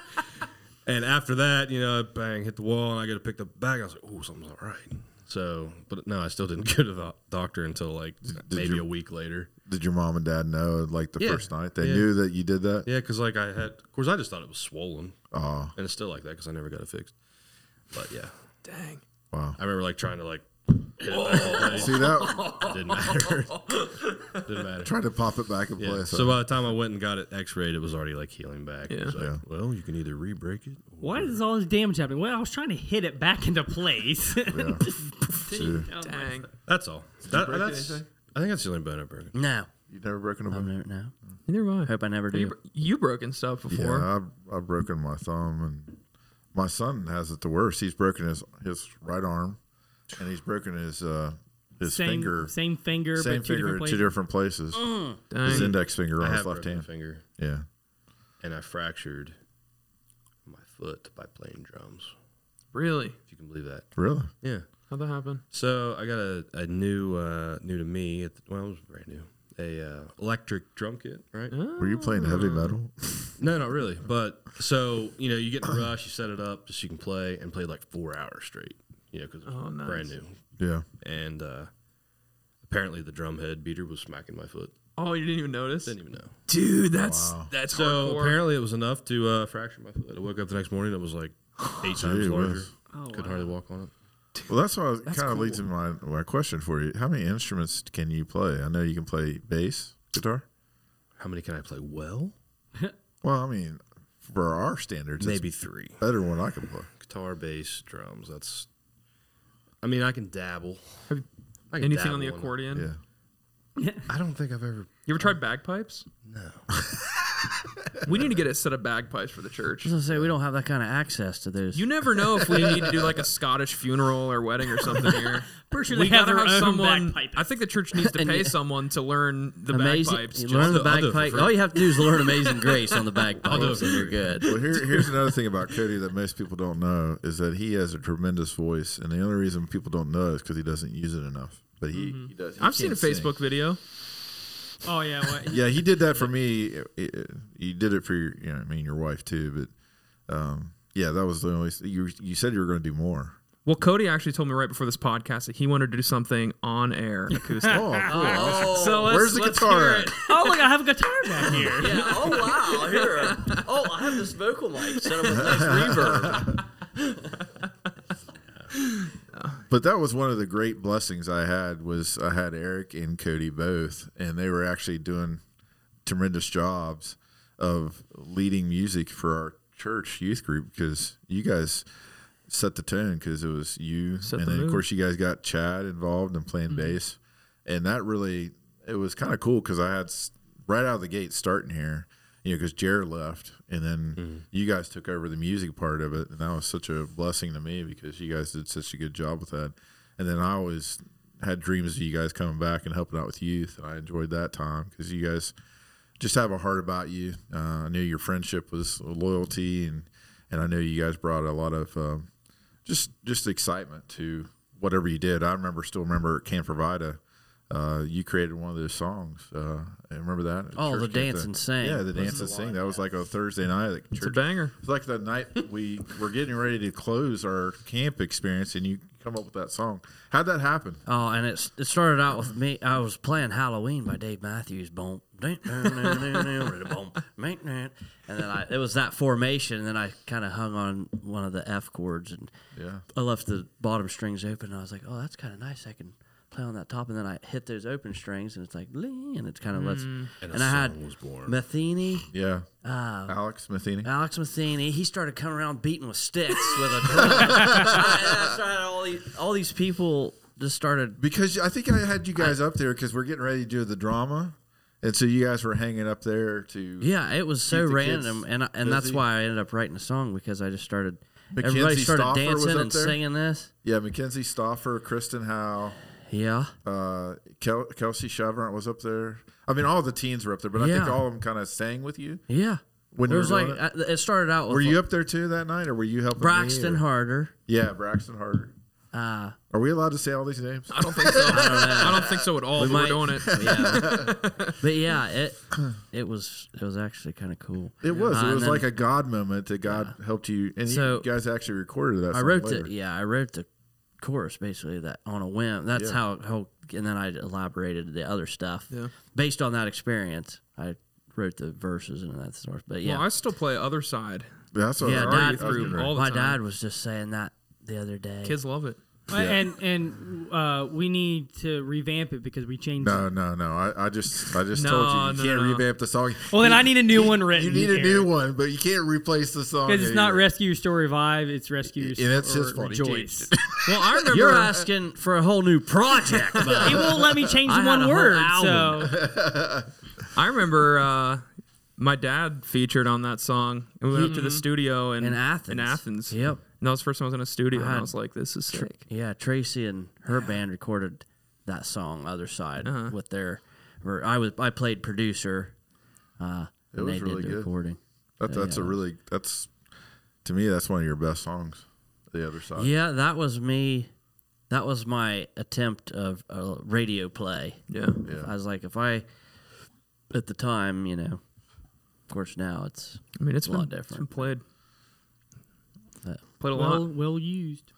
[SPEAKER 4] and after that, you know, bang, hit the wall, and I go to pick the bag. I was like, "Ooh, something's not right." So, but no, I still didn't go to the doctor until like maybe
[SPEAKER 3] you-
[SPEAKER 4] a week later.
[SPEAKER 3] Did your mom and dad know like the
[SPEAKER 4] Yeah.
[SPEAKER 3] first night? They
[SPEAKER 4] Yeah.
[SPEAKER 3] knew that you did that.
[SPEAKER 4] Yeah, because like I had, of course, I just thought it was swollen,
[SPEAKER 3] Oh
[SPEAKER 4] and it's still like that because I never got it fixed. But yeah,
[SPEAKER 2] Dang.
[SPEAKER 3] wow.
[SPEAKER 4] I remember like trying to like hit it back in place.
[SPEAKER 3] See that?
[SPEAKER 4] It didn't matter. didn't matter.
[SPEAKER 3] Try to pop it back in
[SPEAKER 4] Yeah.
[SPEAKER 3] place.
[SPEAKER 4] So by the time I went and got it X-rayed, it was already like healing back. It
[SPEAKER 2] Yeah.
[SPEAKER 4] was like,
[SPEAKER 3] Yeah.
[SPEAKER 4] Well, you can either re-break it. Or
[SPEAKER 5] Why is all this damage happening? Well, I was trying to hit it back into place.
[SPEAKER 3] yeah. Sure.
[SPEAKER 5] Oh, my-
[SPEAKER 2] Dang.
[SPEAKER 4] That's all. That,
[SPEAKER 2] break
[SPEAKER 4] that's.
[SPEAKER 2] anything?
[SPEAKER 4] I think that's the only bone I've broken.
[SPEAKER 1] No,
[SPEAKER 3] You never broken a
[SPEAKER 1] I've
[SPEAKER 3] bone?
[SPEAKER 1] never. No,
[SPEAKER 2] Neither Mm. have I.
[SPEAKER 1] hope I never do.
[SPEAKER 2] You, bro- you broken stuff before.
[SPEAKER 3] Yeah, I've, I've broken my thumb, and my son has it the worst. He's broken his his right arm, and he's broken his uh his
[SPEAKER 5] Same
[SPEAKER 3] finger,
[SPEAKER 5] Same finger.
[SPEAKER 3] same
[SPEAKER 5] but two
[SPEAKER 3] finger
[SPEAKER 5] different
[SPEAKER 3] in
[SPEAKER 5] places. Mm.
[SPEAKER 3] two different places.
[SPEAKER 2] Dang.
[SPEAKER 3] His index finger
[SPEAKER 4] I
[SPEAKER 3] on
[SPEAKER 4] have
[SPEAKER 3] his left
[SPEAKER 4] broken my
[SPEAKER 3] hand.
[SPEAKER 4] finger,
[SPEAKER 3] Yeah.
[SPEAKER 4] and I fractured foot by playing drums.
[SPEAKER 2] Really?
[SPEAKER 4] If you can believe that.
[SPEAKER 3] Really?
[SPEAKER 4] Yeah.
[SPEAKER 2] How'd that happen?
[SPEAKER 4] So I got a, a new, uh, new to me. At the, well, it was brand new. A uh, electric drum kit, right?
[SPEAKER 3] Were you playing heavy
[SPEAKER 4] Mm.
[SPEAKER 3] metal?
[SPEAKER 4] No, not really. But so you know, you get in a rush, you set it up just so you can play and play like four hours straight. You know, because
[SPEAKER 2] Oh, nice.
[SPEAKER 4] brand new.
[SPEAKER 3] yeah.
[SPEAKER 4] And uh, apparently, the drum head beater was smacking my foot.
[SPEAKER 2] Oh, you didn't even notice?
[SPEAKER 4] Didn't even know.
[SPEAKER 2] Dude, that's
[SPEAKER 3] Wow.
[SPEAKER 2] that's
[SPEAKER 4] So
[SPEAKER 2] hardcore.
[SPEAKER 4] apparently, it was enough to uh, fracture my foot. I woke up the next morning, it was like eight times
[SPEAKER 3] Gee
[SPEAKER 4] larger.
[SPEAKER 3] whiz.
[SPEAKER 5] Oh,
[SPEAKER 4] Couldn't
[SPEAKER 5] wow.
[SPEAKER 4] hardly walk on it.
[SPEAKER 3] Well, that's what I was- kind
[SPEAKER 2] That's
[SPEAKER 3] of leads to
[SPEAKER 2] cool.
[SPEAKER 3] my, my question for you. How many instruments can you play? I know you can play bass, guitar.
[SPEAKER 4] How many can I play well?
[SPEAKER 3] Well, I mean, for our standards,
[SPEAKER 4] Maybe
[SPEAKER 3] maybe
[SPEAKER 4] three.
[SPEAKER 3] better when I can play.
[SPEAKER 4] Guitar, bass, drums. That's. I mean, I can dabble.
[SPEAKER 2] Have you-
[SPEAKER 4] I can
[SPEAKER 2] Anything on the
[SPEAKER 4] dabble in it.
[SPEAKER 2] accordion?
[SPEAKER 3] Yeah.
[SPEAKER 4] I don't think I've ever.
[SPEAKER 2] You ever tried bagpipes?
[SPEAKER 4] No.
[SPEAKER 2] We need to get a set of bagpipes for the church.
[SPEAKER 1] I was gonna say we don't have that kind of access to those.
[SPEAKER 2] You never know if we need to do like a Scottish funeral or wedding or something here.
[SPEAKER 5] Pretty sure
[SPEAKER 2] we
[SPEAKER 5] they have
[SPEAKER 2] gotta
[SPEAKER 5] their
[SPEAKER 2] have
[SPEAKER 5] own
[SPEAKER 2] someone.
[SPEAKER 5] bagpipe.
[SPEAKER 2] I think the church needs to
[SPEAKER 1] And
[SPEAKER 2] pay
[SPEAKER 1] yeah.
[SPEAKER 2] someone to learn the
[SPEAKER 1] amazing.
[SPEAKER 2] bagpipes.
[SPEAKER 1] you
[SPEAKER 2] just-
[SPEAKER 1] learn the
[SPEAKER 4] I'll do it for
[SPEAKER 1] bagpipe.
[SPEAKER 4] free.
[SPEAKER 1] All you have to do is learn Amazing Grace on the bagpipes, and you're good.
[SPEAKER 3] Well, here, here's another thing about Cody that most people don't know is that he has a tremendous voice, and the only reason people don't know is because he doesn't use it enough. But he, he does. he
[SPEAKER 2] Mm-hmm. I've seen a
[SPEAKER 3] can sing.
[SPEAKER 2] Facebook video.
[SPEAKER 5] Oh yeah, what,
[SPEAKER 3] Yeah, he did that for me. It- it- You did it for your, you know, I mean, your wife too. But um, yeah, that was the only. You you said you were going to do more.
[SPEAKER 2] Well, Cody actually told me right before this podcast that he wanted to do something on air acoustic.
[SPEAKER 3] Oh, cool.
[SPEAKER 2] so let's,
[SPEAKER 3] Where's the
[SPEAKER 2] let's
[SPEAKER 3] guitar
[SPEAKER 2] hear
[SPEAKER 3] at?
[SPEAKER 2] it.
[SPEAKER 5] oh look, I have a guitar back here.
[SPEAKER 1] Yeah. Oh wow. Here. Oh, I have this vocal mic set up with nice reverb.
[SPEAKER 3] But that was one of the great blessings I had was I had Eric and Cody both, and they were actually doing tremendous jobs of leading music for our church youth group because you guys set the tone because it was you,
[SPEAKER 2] Set
[SPEAKER 3] and
[SPEAKER 2] the
[SPEAKER 3] then
[SPEAKER 2] mood. Mm-hmm.
[SPEAKER 3] of course you guys got Chad involved and playing bass, and that really it was kind of cool because I had s- right out of the gate starting here. You know, because Jared left, and then
[SPEAKER 2] Mm-hmm.
[SPEAKER 3] you guys took over the music part of it, and that was such a blessing to me because you guys did such a good job with that. And then I always had dreams of you guys coming back and helping out with youth, and I enjoyed that time because you guys just have a heart about you. Uh, I knew your friendship was loyalty, and and I know you guys brought a lot of um, just just excitement to whatever you did. I remember still remember at Camp Provida, uh, you created one of those songs. Uh, I remember that. at
[SPEAKER 1] Oh,
[SPEAKER 3] church
[SPEAKER 1] the
[SPEAKER 3] camp.
[SPEAKER 1] dance and sing.
[SPEAKER 3] Yeah, the dance and sing. That was like a Thursday night. Like
[SPEAKER 2] It's a banger.
[SPEAKER 3] it's like the night we were getting ready to close our camp experience, and you come up with that song. How'd that happen?
[SPEAKER 1] Oh, and it's, it started out with me. I was playing Halloween by Dave Matthews. Boom. Dun, dun, dun, dun, dun, dun, boom, dun, dun. And then I, it was that formation. And then I kind of hung on one of the F chords. And
[SPEAKER 3] Yeah.
[SPEAKER 1] I left the bottom strings open. And I was like, oh, that's kind of nice. I can play on that top. And then I hit those open strings. And it's like, ling, and it kind of lets.
[SPEAKER 3] Mm.
[SPEAKER 1] And,
[SPEAKER 4] a
[SPEAKER 1] I had
[SPEAKER 4] song was born.
[SPEAKER 1] Matheny.
[SPEAKER 3] Yeah,
[SPEAKER 1] Uh,
[SPEAKER 3] Alex Matheny.
[SPEAKER 1] Alex Matheny, he started coming around beating with sticks with a drum. I, I started all these all these people just started
[SPEAKER 3] Because I think I
[SPEAKER 1] Mm.
[SPEAKER 3] had you guys up there because we're getting ready to do the drama, and so you guys were hanging up there to
[SPEAKER 1] Yeah, it was so
[SPEAKER 3] Keep the
[SPEAKER 1] random,
[SPEAKER 3] kids
[SPEAKER 1] and I, and that's
[SPEAKER 3] busy.
[SPEAKER 1] why I ended up writing a song because I just started.
[SPEAKER 3] Mackenzie
[SPEAKER 1] everybody started
[SPEAKER 3] Stauffer was
[SPEAKER 1] dancing
[SPEAKER 3] up
[SPEAKER 1] and
[SPEAKER 3] there?
[SPEAKER 1] singing this.
[SPEAKER 3] yeah. Mackenzie Stauffer, Kristen Howe,
[SPEAKER 1] Yeah,
[SPEAKER 3] uh, Kel- Kelsey Chevrant was up there. I mean, all the teens were up there, but I think
[SPEAKER 1] Yeah.
[SPEAKER 3] all of them kind of sang with you.
[SPEAKER 1] yeah.
[SPEAKER 3] When
[SPEAKER 1] it
[SPEAKER 3] you
[SPEAKER 1] was
[SPEAKER 3] were
[SPEAKER 1] like
[SPEAKER 3] doing
[SPEAKER 1] I, it started out with
[SPEAKER 3] Were you up there too that night, or were you helping me,
[SPEAKER 1] Braxton
[SPEAKER 3] or-
[SPEAKER 1] Harder.
[SPEAKER 3] Yeah, Braxton Harder.
[SPEAKER 1] Uh,
[SPEAKER 3] Are we allowed to say all these names?
[SPEAKER 2] I don't think so. I don't, think so at all. but
[SPEAKER 1] might-
[SPEAKER 2] we're doing it.
[SPEAKER 1] but yeah, it it was it was actually kind of cool.
[SPEAKER 3] It was.
[SPEAKER 1] Uh,
[SPEAKER 3] it
[SPEAKER 1] and
[SPEAKER 3] was
[SPEAKER 1] then
[SPEAKER 3] like a God moment that God helped you, and you
[SPEAKER 1] So-
[SPEAKER 3] guys actually recorded that.
[SPEAKER 1] I
[SPEAKER 3] song
[SPEAKER 1] wrote
[SPEAKER 3] later.
[SPEAKER 1] the yeah I wrote the chorus basically that on a whim. That's
[SPEAKER 3] Yeah.
[SPEAKER 1] how how and then I elaborated the other stuff
[SPEAKER 2] Yeah.
[SPEAKER 1] based on that experience. I wrote the verses and that sort. But yeah,
[SPEAKER 2] Well, I still play other side.
[SPEAKER 3] That's what
[SPEAKER 1] Yeah,
[SPEAKER 3] I
[SPEAKER 1] Dad-
[SPEAKER 3] was
[SPEAKER 2] through
[SPEAKER 3] getting ready.
[SPEAKER 2] all the
[SPEAKER 1] my
[SPEAKER 2] time.
[SPEAKER 1] dad was just saying that the other day.
[SPEAKER 2] Kids love it.
[SPEAKER 5] And and uh, we need to revamp it because we changed.
[SPEAKER 3] No,
[SPEAKER 5] it.
[SPEAKER 3] no, no. I, I just I just
[SPEAKER 2] No,
[SPEAKER 3] told you you
[SPEAKER 2] no,
[SPEAKER 3] can't
[SPEAKER 2] no.
[SPEAKER 3] revamp the song.
[SPEAKER 5] Well, then I need a new one written.
[SPEAKER 3] You need a new one, but you can't replace the song
[SPEAKER 5] because it's not
[SPEAKER 3] either.
[SPEAKER 5] Rescue Your Story Revive. It's Rescue Your
[SPEAKER 3] And that's his
[SPEAKER 5] or
[SPEAKER 3] fault. He
[SPEAKER 5] Rejoice.
[SPEAKER 2] Well, I remember.
[SPEAKER 1] You're asking for a whole new project. bud.
[SPEAKER 5] It won't let me change
[SPEAKER 1] I
[SPEAKER 5] the
[SPEAKER 1] had a
[SPEAKER 5] one
[SPEAKER 1] whole
[SPEAKER 5] word.
[SPEAKER 1] album.
[SPEAKER 5] So
[SPEAKER 2] I remember uh, my dad featured on that song, and we went up to the studio in,
[SPEAKER 1] Mm-hmm. In Athens.
[SPEAKER 2] In Athens.
[SPEAKER 1] Yep.
[SPEAKER 2] And that was the first time I was in a studio, and I
[SPEAKER 1] had-
[SPEAKER 2] was like, "This is sick."
[SPEAKER 1] yeah, Tracy and her band recorded that song "Other Side" with their. Or I was I played producer. Uh,
[SPEAKER 3] It
[SPEAKER 1] and
[SPEAKER 3] was
[SPEAKER 1] they
[SPEAKER 3] really
[SPEAKER 1] did the
[SPEAKER 3] good.
[SPEAKER 1] recording.
[SPEAKER 3] That, that's a really that's To me, that's one of your best songs. The other side.
[SPEAKER 1] Yeah, that was me. That was my attempt of a radio play.
[SPEAKER 2] Yeah.
[SPEAKER 3] Yeah.
[SPEAKER 1] I was like, if I, at the time, you know, of course now it's
[SPEAKER 2] I mean, it's
[SPEAKER 1] a lot
[SPEAKER 2] been, it's been
[SPEAKER 1] different.
[SPEAKER 2] played.
[SPEAKER 1] Yeah.
[SPEAKER 2] Played a
[SPEAKER 5] Well,
[SPEAKER 2] lot.
[SPEAKER 5] well used.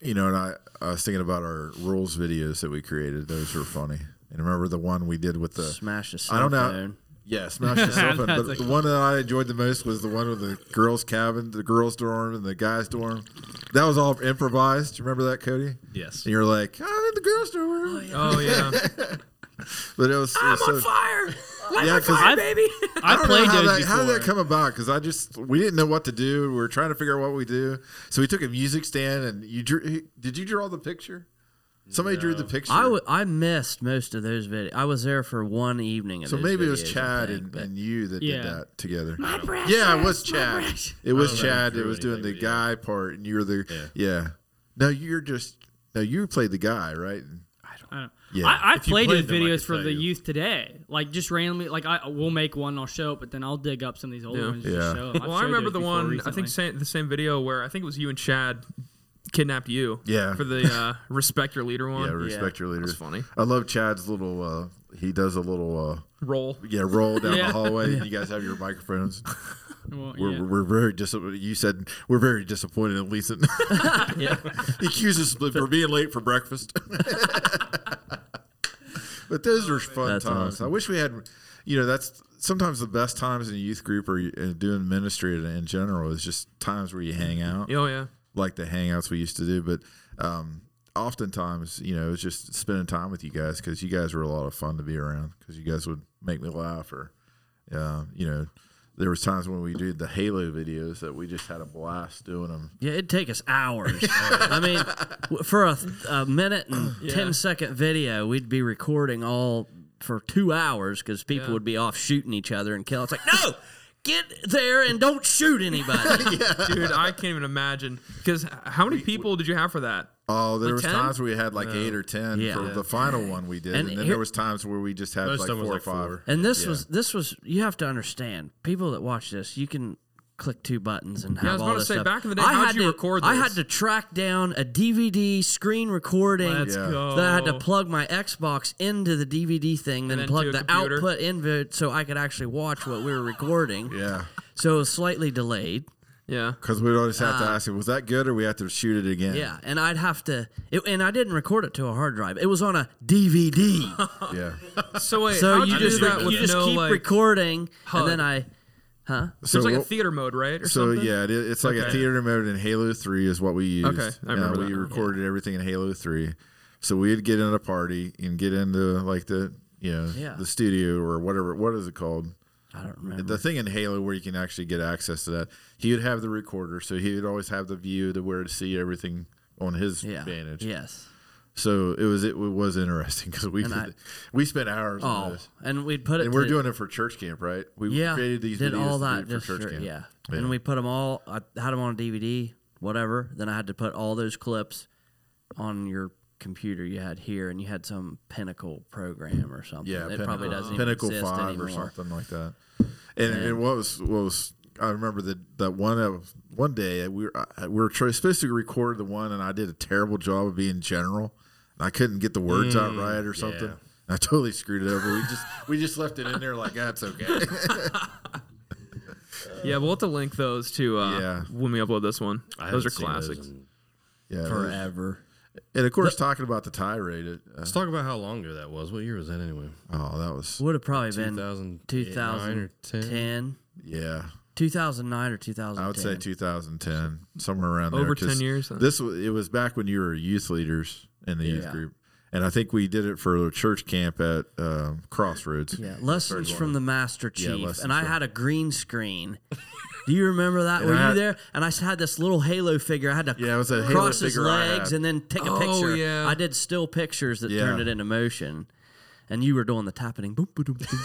[SPEAKER 3] You know, and I, I was thinking about our rules videos that we created. Those were funny. And remember the one we did with the
[SPEAKER 1] smash a cell
[SPEAKER 3] I don't know.
[SPEAKER 1] phone.
[SPEAKER 3] Yeah, smash the cell phone. But
[SPEAKER 5] That's
[SPEAKER 3] the one that I enjoyed the most was the one with the girls' cabin, the girls' dorm, and the guys' dorm. That was all improvised. You remember that, Cody? And
[SPEAKER 4] Yes.
[SPEAKER 3] you were like, I'm in the girls' dorm.
[SPEAKER 2] Oh yeah.
[SPEAKER 3] But it was, it was so,
[SPEAKER 1] fire.
[SPEAKER 3] yeah, because
[SPEAKER 5] I, baby.
[SPEAKER 3] I
[SPEAKER 5] I
[SPEAKER 3] don't
[SPEAKER 5] played
[SPEAKER 3] know how,
[SPEAKER 5] those
[SPEAKER 3] that,
[SPEAKER 5] before.
[SPEAKER 3] how did that come about? Because I just we didn't know what to do. We were trying to figure out what we do. So we took a music stand, and you drew. Did you draw the picture? Somebody drew the picture.
[SPEAKER 1] I, w- I missed most of those videos. I was there for one evening. Of
[SPEAKER 3] so
[SPEAKER 1] those
[SPEAKER 3] maybe it was
[SPEAKER 1] videos, I
[SPEAKER 3] Chad
[SPEAKER 1] think,
[SPEAKER 3] and,
[SPEAKER 1] but-
[SPEAKER 3] and you that
[SPEAKER 5] Yeah.
[SPEAKER 3] did that together.
[SPEAKER 5] precious,
[SPEAKER 3] yeah, it was
[SPEAKER 5] my
[SPEAKER 3] Chad.
[SPEAKER 5] precious.
[SPEAKER 3] It was
[SPEAKER 4] I don't know if
[SPEAKER 3] Chad
[SPEAKER 4] you
[SPEAKER 3] that
[SPEAKER 4] drew
[SPEAKER 3] was doing the
[SPEAKER 4] anything, but
[SPEAKER 3] guy part, and you were the yeah. No, you're just no. You played the guy, right?
[SPEAKER 5] I, don't,
[SPEAKER 3] Yeah.
[SPEAKER 5] I, I
[SPEAKER 4] you
[SPEAKER 5] played,
[SPEAKER 4] played
[SPEAKER 5] those
[SPEAKER 4] them, I
[SPEAKER 5] videos
[SPEAKER 4] could
[SPEAKER 5] for
[SPEAKER 4] tell
[SPEAKER 5] the
[SPEAKER 4] you.
[SPEAKER 5] youth today. Like just randomly, like I will make one, and I'll show it, but then I'll dig up some of these old
[SPEAKER 2] Yeah.
[SPEAKER 5] ones. And
[SPEAKER 3] Yeah.
[SPEAKER 5] just show 'em. I've
[SPEAKER 2] Well, I
[SPEAKER 5] showed
[SPEAKER 2] remember
[SPEAKER 5] those
[SPEAKER 2] the
[SPEAKER 5] before
[SPEAKER 2] one. I
[SPEAKER 5] recently.
[SPEAKER 2] think sa- the same video where I think it was you and Chad kidnapped you.
[SPEAKER 3] Yeah.
[SPEAKER 2] For the uh, respect your leader
[SPEAKER 3] Yeah,
[SPEAKER 2] one.
[SPEAKER 3] respect your leader.
[SPEAKER 2] That's funny.
[SPEAKER 3] I love Chad's little. uh He does a little. uh
[SPEAKER 2] Roll.
[SPEAKER 3] yeah, roll down
[SPEAKER 5] Yeah.
[SPEAKER 3] the hallway. and You guys have your microphones.
[SPEAKER 5] Well,
[SPEAKER 3] We're,
[SPEAKER 5] yeah.
[SPEAKER 3] we're very disappointed. You said we're very disappointed in Lisa.
[SPEAKER 2] Yeah.
[SPEAKER 3] he accuses us for being late for breakfast. but those are fun
[SPEAKER 1] That's
[SPEAKER 3] times. I wish we had, you know, that's sometimes the best times in a youth group or uh, doing ministry in general is just times where you hang out,
[SPEAKER 2] Oh yeah.
[SPEAKER 3] like the hangouts we used to do. But um, oftentimes, you know, it's just spending time with you guys because you guys were a lot of fun to be around because you guys would make me laugh or, uh, you know, there was times when we did the Halo videos that we just had a blast doing them.
[SPEAKER 1] Yeah, it'd take us hours. I mean, w- for a, th- a minute and ten second video, we'd be recording all for two hours because people would be off shooting each other and killing. It's like, no, get there and don't shoot anybody.
[SPEAKER 2] Dude, I can't even imagine. Because how many people did you have for that?
[SPEAKER 3] Oh, there was
[SPEAKER 2] 10?
[SPEAKER 3] times where we had like eight or ten
[SPEAKER 1] Yeah.
[SPEAKER 3] for the final one we did,
[SPEAKER 1] And
[SPEAKER 3] and, then
[SPEAKER 1] here-
[SPEAKER 3] there was times where we just had
[SPEAKER 4] Most
[SPEAKER 3] like four
[SPEAKER 4] of 'em was
[SPEAKER 3] or
[SPEAKER 4] like
[SPEAKER 3] five.
[SPEAKER 4] four.
[SPEAKER 1] and this was this was. You have to understand, people that watch this, you can click two buttons and have
[SPEAKER 2] I was
[SPEAKER 1] all
[SPEAKER 2] about to
[SPEAKER 1] this
[SPEAKER 2] say,
[SPEAKER 1] stuff.
[SPEAKER 2] back in the day,
[SPEAKER 1] I
[SPEAKER 2] how'd
[SPEAKER 1] had
[SPEAKER 2] you
[SPEAKER 1] to-
[SPEAKER 2] record
[SPEAKER 1] I
[SPEAKER 2] this?
[SPEAKER 1] had to track down a DVD screen recording.
[SPEAKER 2] Let's
[SPEAKER 3] Yeah.
[SPEAKER 2] go.
[SPEAKER 1] that I had to plug my Xbox into the DVD thing, then
[SPEAKER 2] then to
[SPEAKER 1] plug
[SPEAKER 2] Oh. a
[SPEAKER 1] the
[SPEAKER 2] computer.
[SPEAKER 1] output input so I could actually watch what we were recording.
[SPEAKER 3] Yeah,
[SPEAKER 1] So it was slightly delayed.
[SPEAKER 2] Yeah.
[SPEAKER 3] because we'd always have to ask, him, was that good, or we have to shoot it again?
[SPEAKER 1] Uh. Yeah, and I'd have to, it, and I didn't record it to a hard drive. It was on a DVD.
[SPEAKER 3] yeah.
[SPEAKER 2] So wait,
[SPEAKER 1] so
[SPEAKER 2] how'd
[SPEAKER 1] you
[SPEAKER 2] you,
[SPEAKER 1] just
[SPEAKER 2] do that
[SPEAKER 1] re-
[SPEAKER 2] with
[SPEAKER 1] you just
[SPEAKER 2] no
[SPEAKER 1] keep
[SPEAKER 2] like?
[SPEAKER 1] recording,
[SPEAKER 2] HUD?
[SPEAKER 1] and then I, huh?
[SPEAKER 3] So
[SPEAKER 2] there's like a
[SPEAKER 3] what-
[SPEAKER 2] theater mode, right? Or
[SPEAKER 3] So
[SPEAKER 2] something?
[SPEAKER 3] yeah, it, it's like a
[SPEAKER 2] Okay.
[SPEAKER 3] theater mode in Halo Three is what we used.
[SPEAKER 2] Okay, I remember
[SPEAKER 3] yeah, we
[SPEAKER 2] that now,
[SPEAKER 3] recorded everything in Halo Three. So we'd get in a party and get into like the you know
[SPEAKER 1] Yeah.
[SPEAKER 3] the studio or whatever. What is it called?
[SPEAKER 1] I don't remember.
[SPEAKER 3] The thing in Halo where you can actually get access to that. He would have the recorder, so he would always have the view to where to see everything on his
[SPEAKER 1] yeah.
[SPEAKER 3] vantage.
[SPEAKER 1] Yes.
[SPEAKER 3] So it was it was interesting because we
[SPEAKER 1] And I-
[SPEAKER 3] we spent hours on
[SPEAKER 1] Oh,
[SPEAKER 3] this,
[SPEAKER 1] and we'd put it.
[SPEAKER 3] and we're
[SPEAKER 1] to-
[SPEAKER 3] doing it for church camp, right? We
[SPEAKER 1] yeah,
[SPEAKER 3] created these
[SPEAKER 1] did
[SPEAKER 3] videos
[SPEAKER 1] all
[SPEAKER 3] to
[SPEAKER 1] that
[SPEAKER 3] do it
[SPEAKER 1] just
[SPEAKER 3] for church
[SPEAKER 1] for-
[SPEAKER 3] camp.
[SPEAKER 1] Yeah.
[SPEAKER 3] Yeah.
[SPEAKER 1] and we put them all. I had them on DVD, whatever. Then I had to put all those clips on your computer you had here, and you had some Pinnacle program or something.
[SPEAKER 3] yeah,
[SPEAKER 1] it probably doesn't even
[SPEAKER 3] Pinnacle
[SPEAKER 1] exist
[SPEAKER 3] Five
[SPEAKER 1] anymore.
[SPEAKER 3] or something like that. And, and what was what was I remember that that one of one day uh, we were I, we were try, supposed to record the one, and I did a terrible job of being general, and I couldn't get the words
[SPEAKER 1] Mm,
[SPEAKER 3] out right or something.
[SPEAKER 4] yeah.
[SPEAKER 3] I totally screwed it over. We just we just left it in there like that's okay.
[SPEAKER 2] Yeah, we'll have to link those to uh,
[SPEAKER 3] Yeah.
[SPEAKER 2] when we upload this one.
[SPEAKER 4] I
[SPEAKER 2] those
[SPEAKER 4] haven't
[SPEAKER 2] are
[SPEAKER 4] seen those
[SPEAKER 2] classics.
[SPEAKER 4] in-
[SPEAKER 3] yeah.
[SPEAKER 1] Forever.
[SPEAKER 3] And of course, talking about the tirade. It, uh,
[SPEAKER 4] Let's talk about how long ago that was. What year was that anyway?
[SPEAKER 3] oh, that was
[SPEAKER 1] Would have probably been
[SPEAKER 4] 2008, 9 or 10.
[SPEAKER 1] 2010,
[SPEAKER 3] yeah.
[SPEAKER 1] 2009 or 2010.
[SPEAKER 3] I would say 2010, somewhere around there.
[SPEAKER 2] Over
[SPEAKER 3] 'cause
[SPEAKER 2] 10 years, huh?
[SPEAKER 3] This was, it was back when you were youth leaders in the youth
[SPEAKER 1] Yeah.
[SPEAKER 3] group, and I think we did it for a church camp at um, Crossroads.
[SPEAKER 1] Yeah, lessons from the Master Chief,
[SPEAKER 3] Lessons
[SPEAKER 1] and I
[SPEAKER 3] from-
[SPEAKER 1] had a green screen. Do you remember that? Were
[SPEAKER 3] I
[SPEAKER 1] you
[SPEAKER 3] had-
[SPEAKER 1] there? And I had this little Halo figure. I had to
[SPEAKER 3] Yeah, it was a Halo
[SPEAKER 1] cross his
[SPEAKER 3] figure I
[SPEAKER 1] legs
[SPEAKER 3] had.
[SPEAKER 1] and then take a
[SPEAKER 2] Oh,
[SPEAKER 1] picture.
[SPEAKER 2] yeah.
[SPEAKER 1] I did still pictures that
[SPEAKER 3] Yeah.
[SPEAKER 1] turned it into motion, and you were doing the tapping. Boom, boom, boom, boom.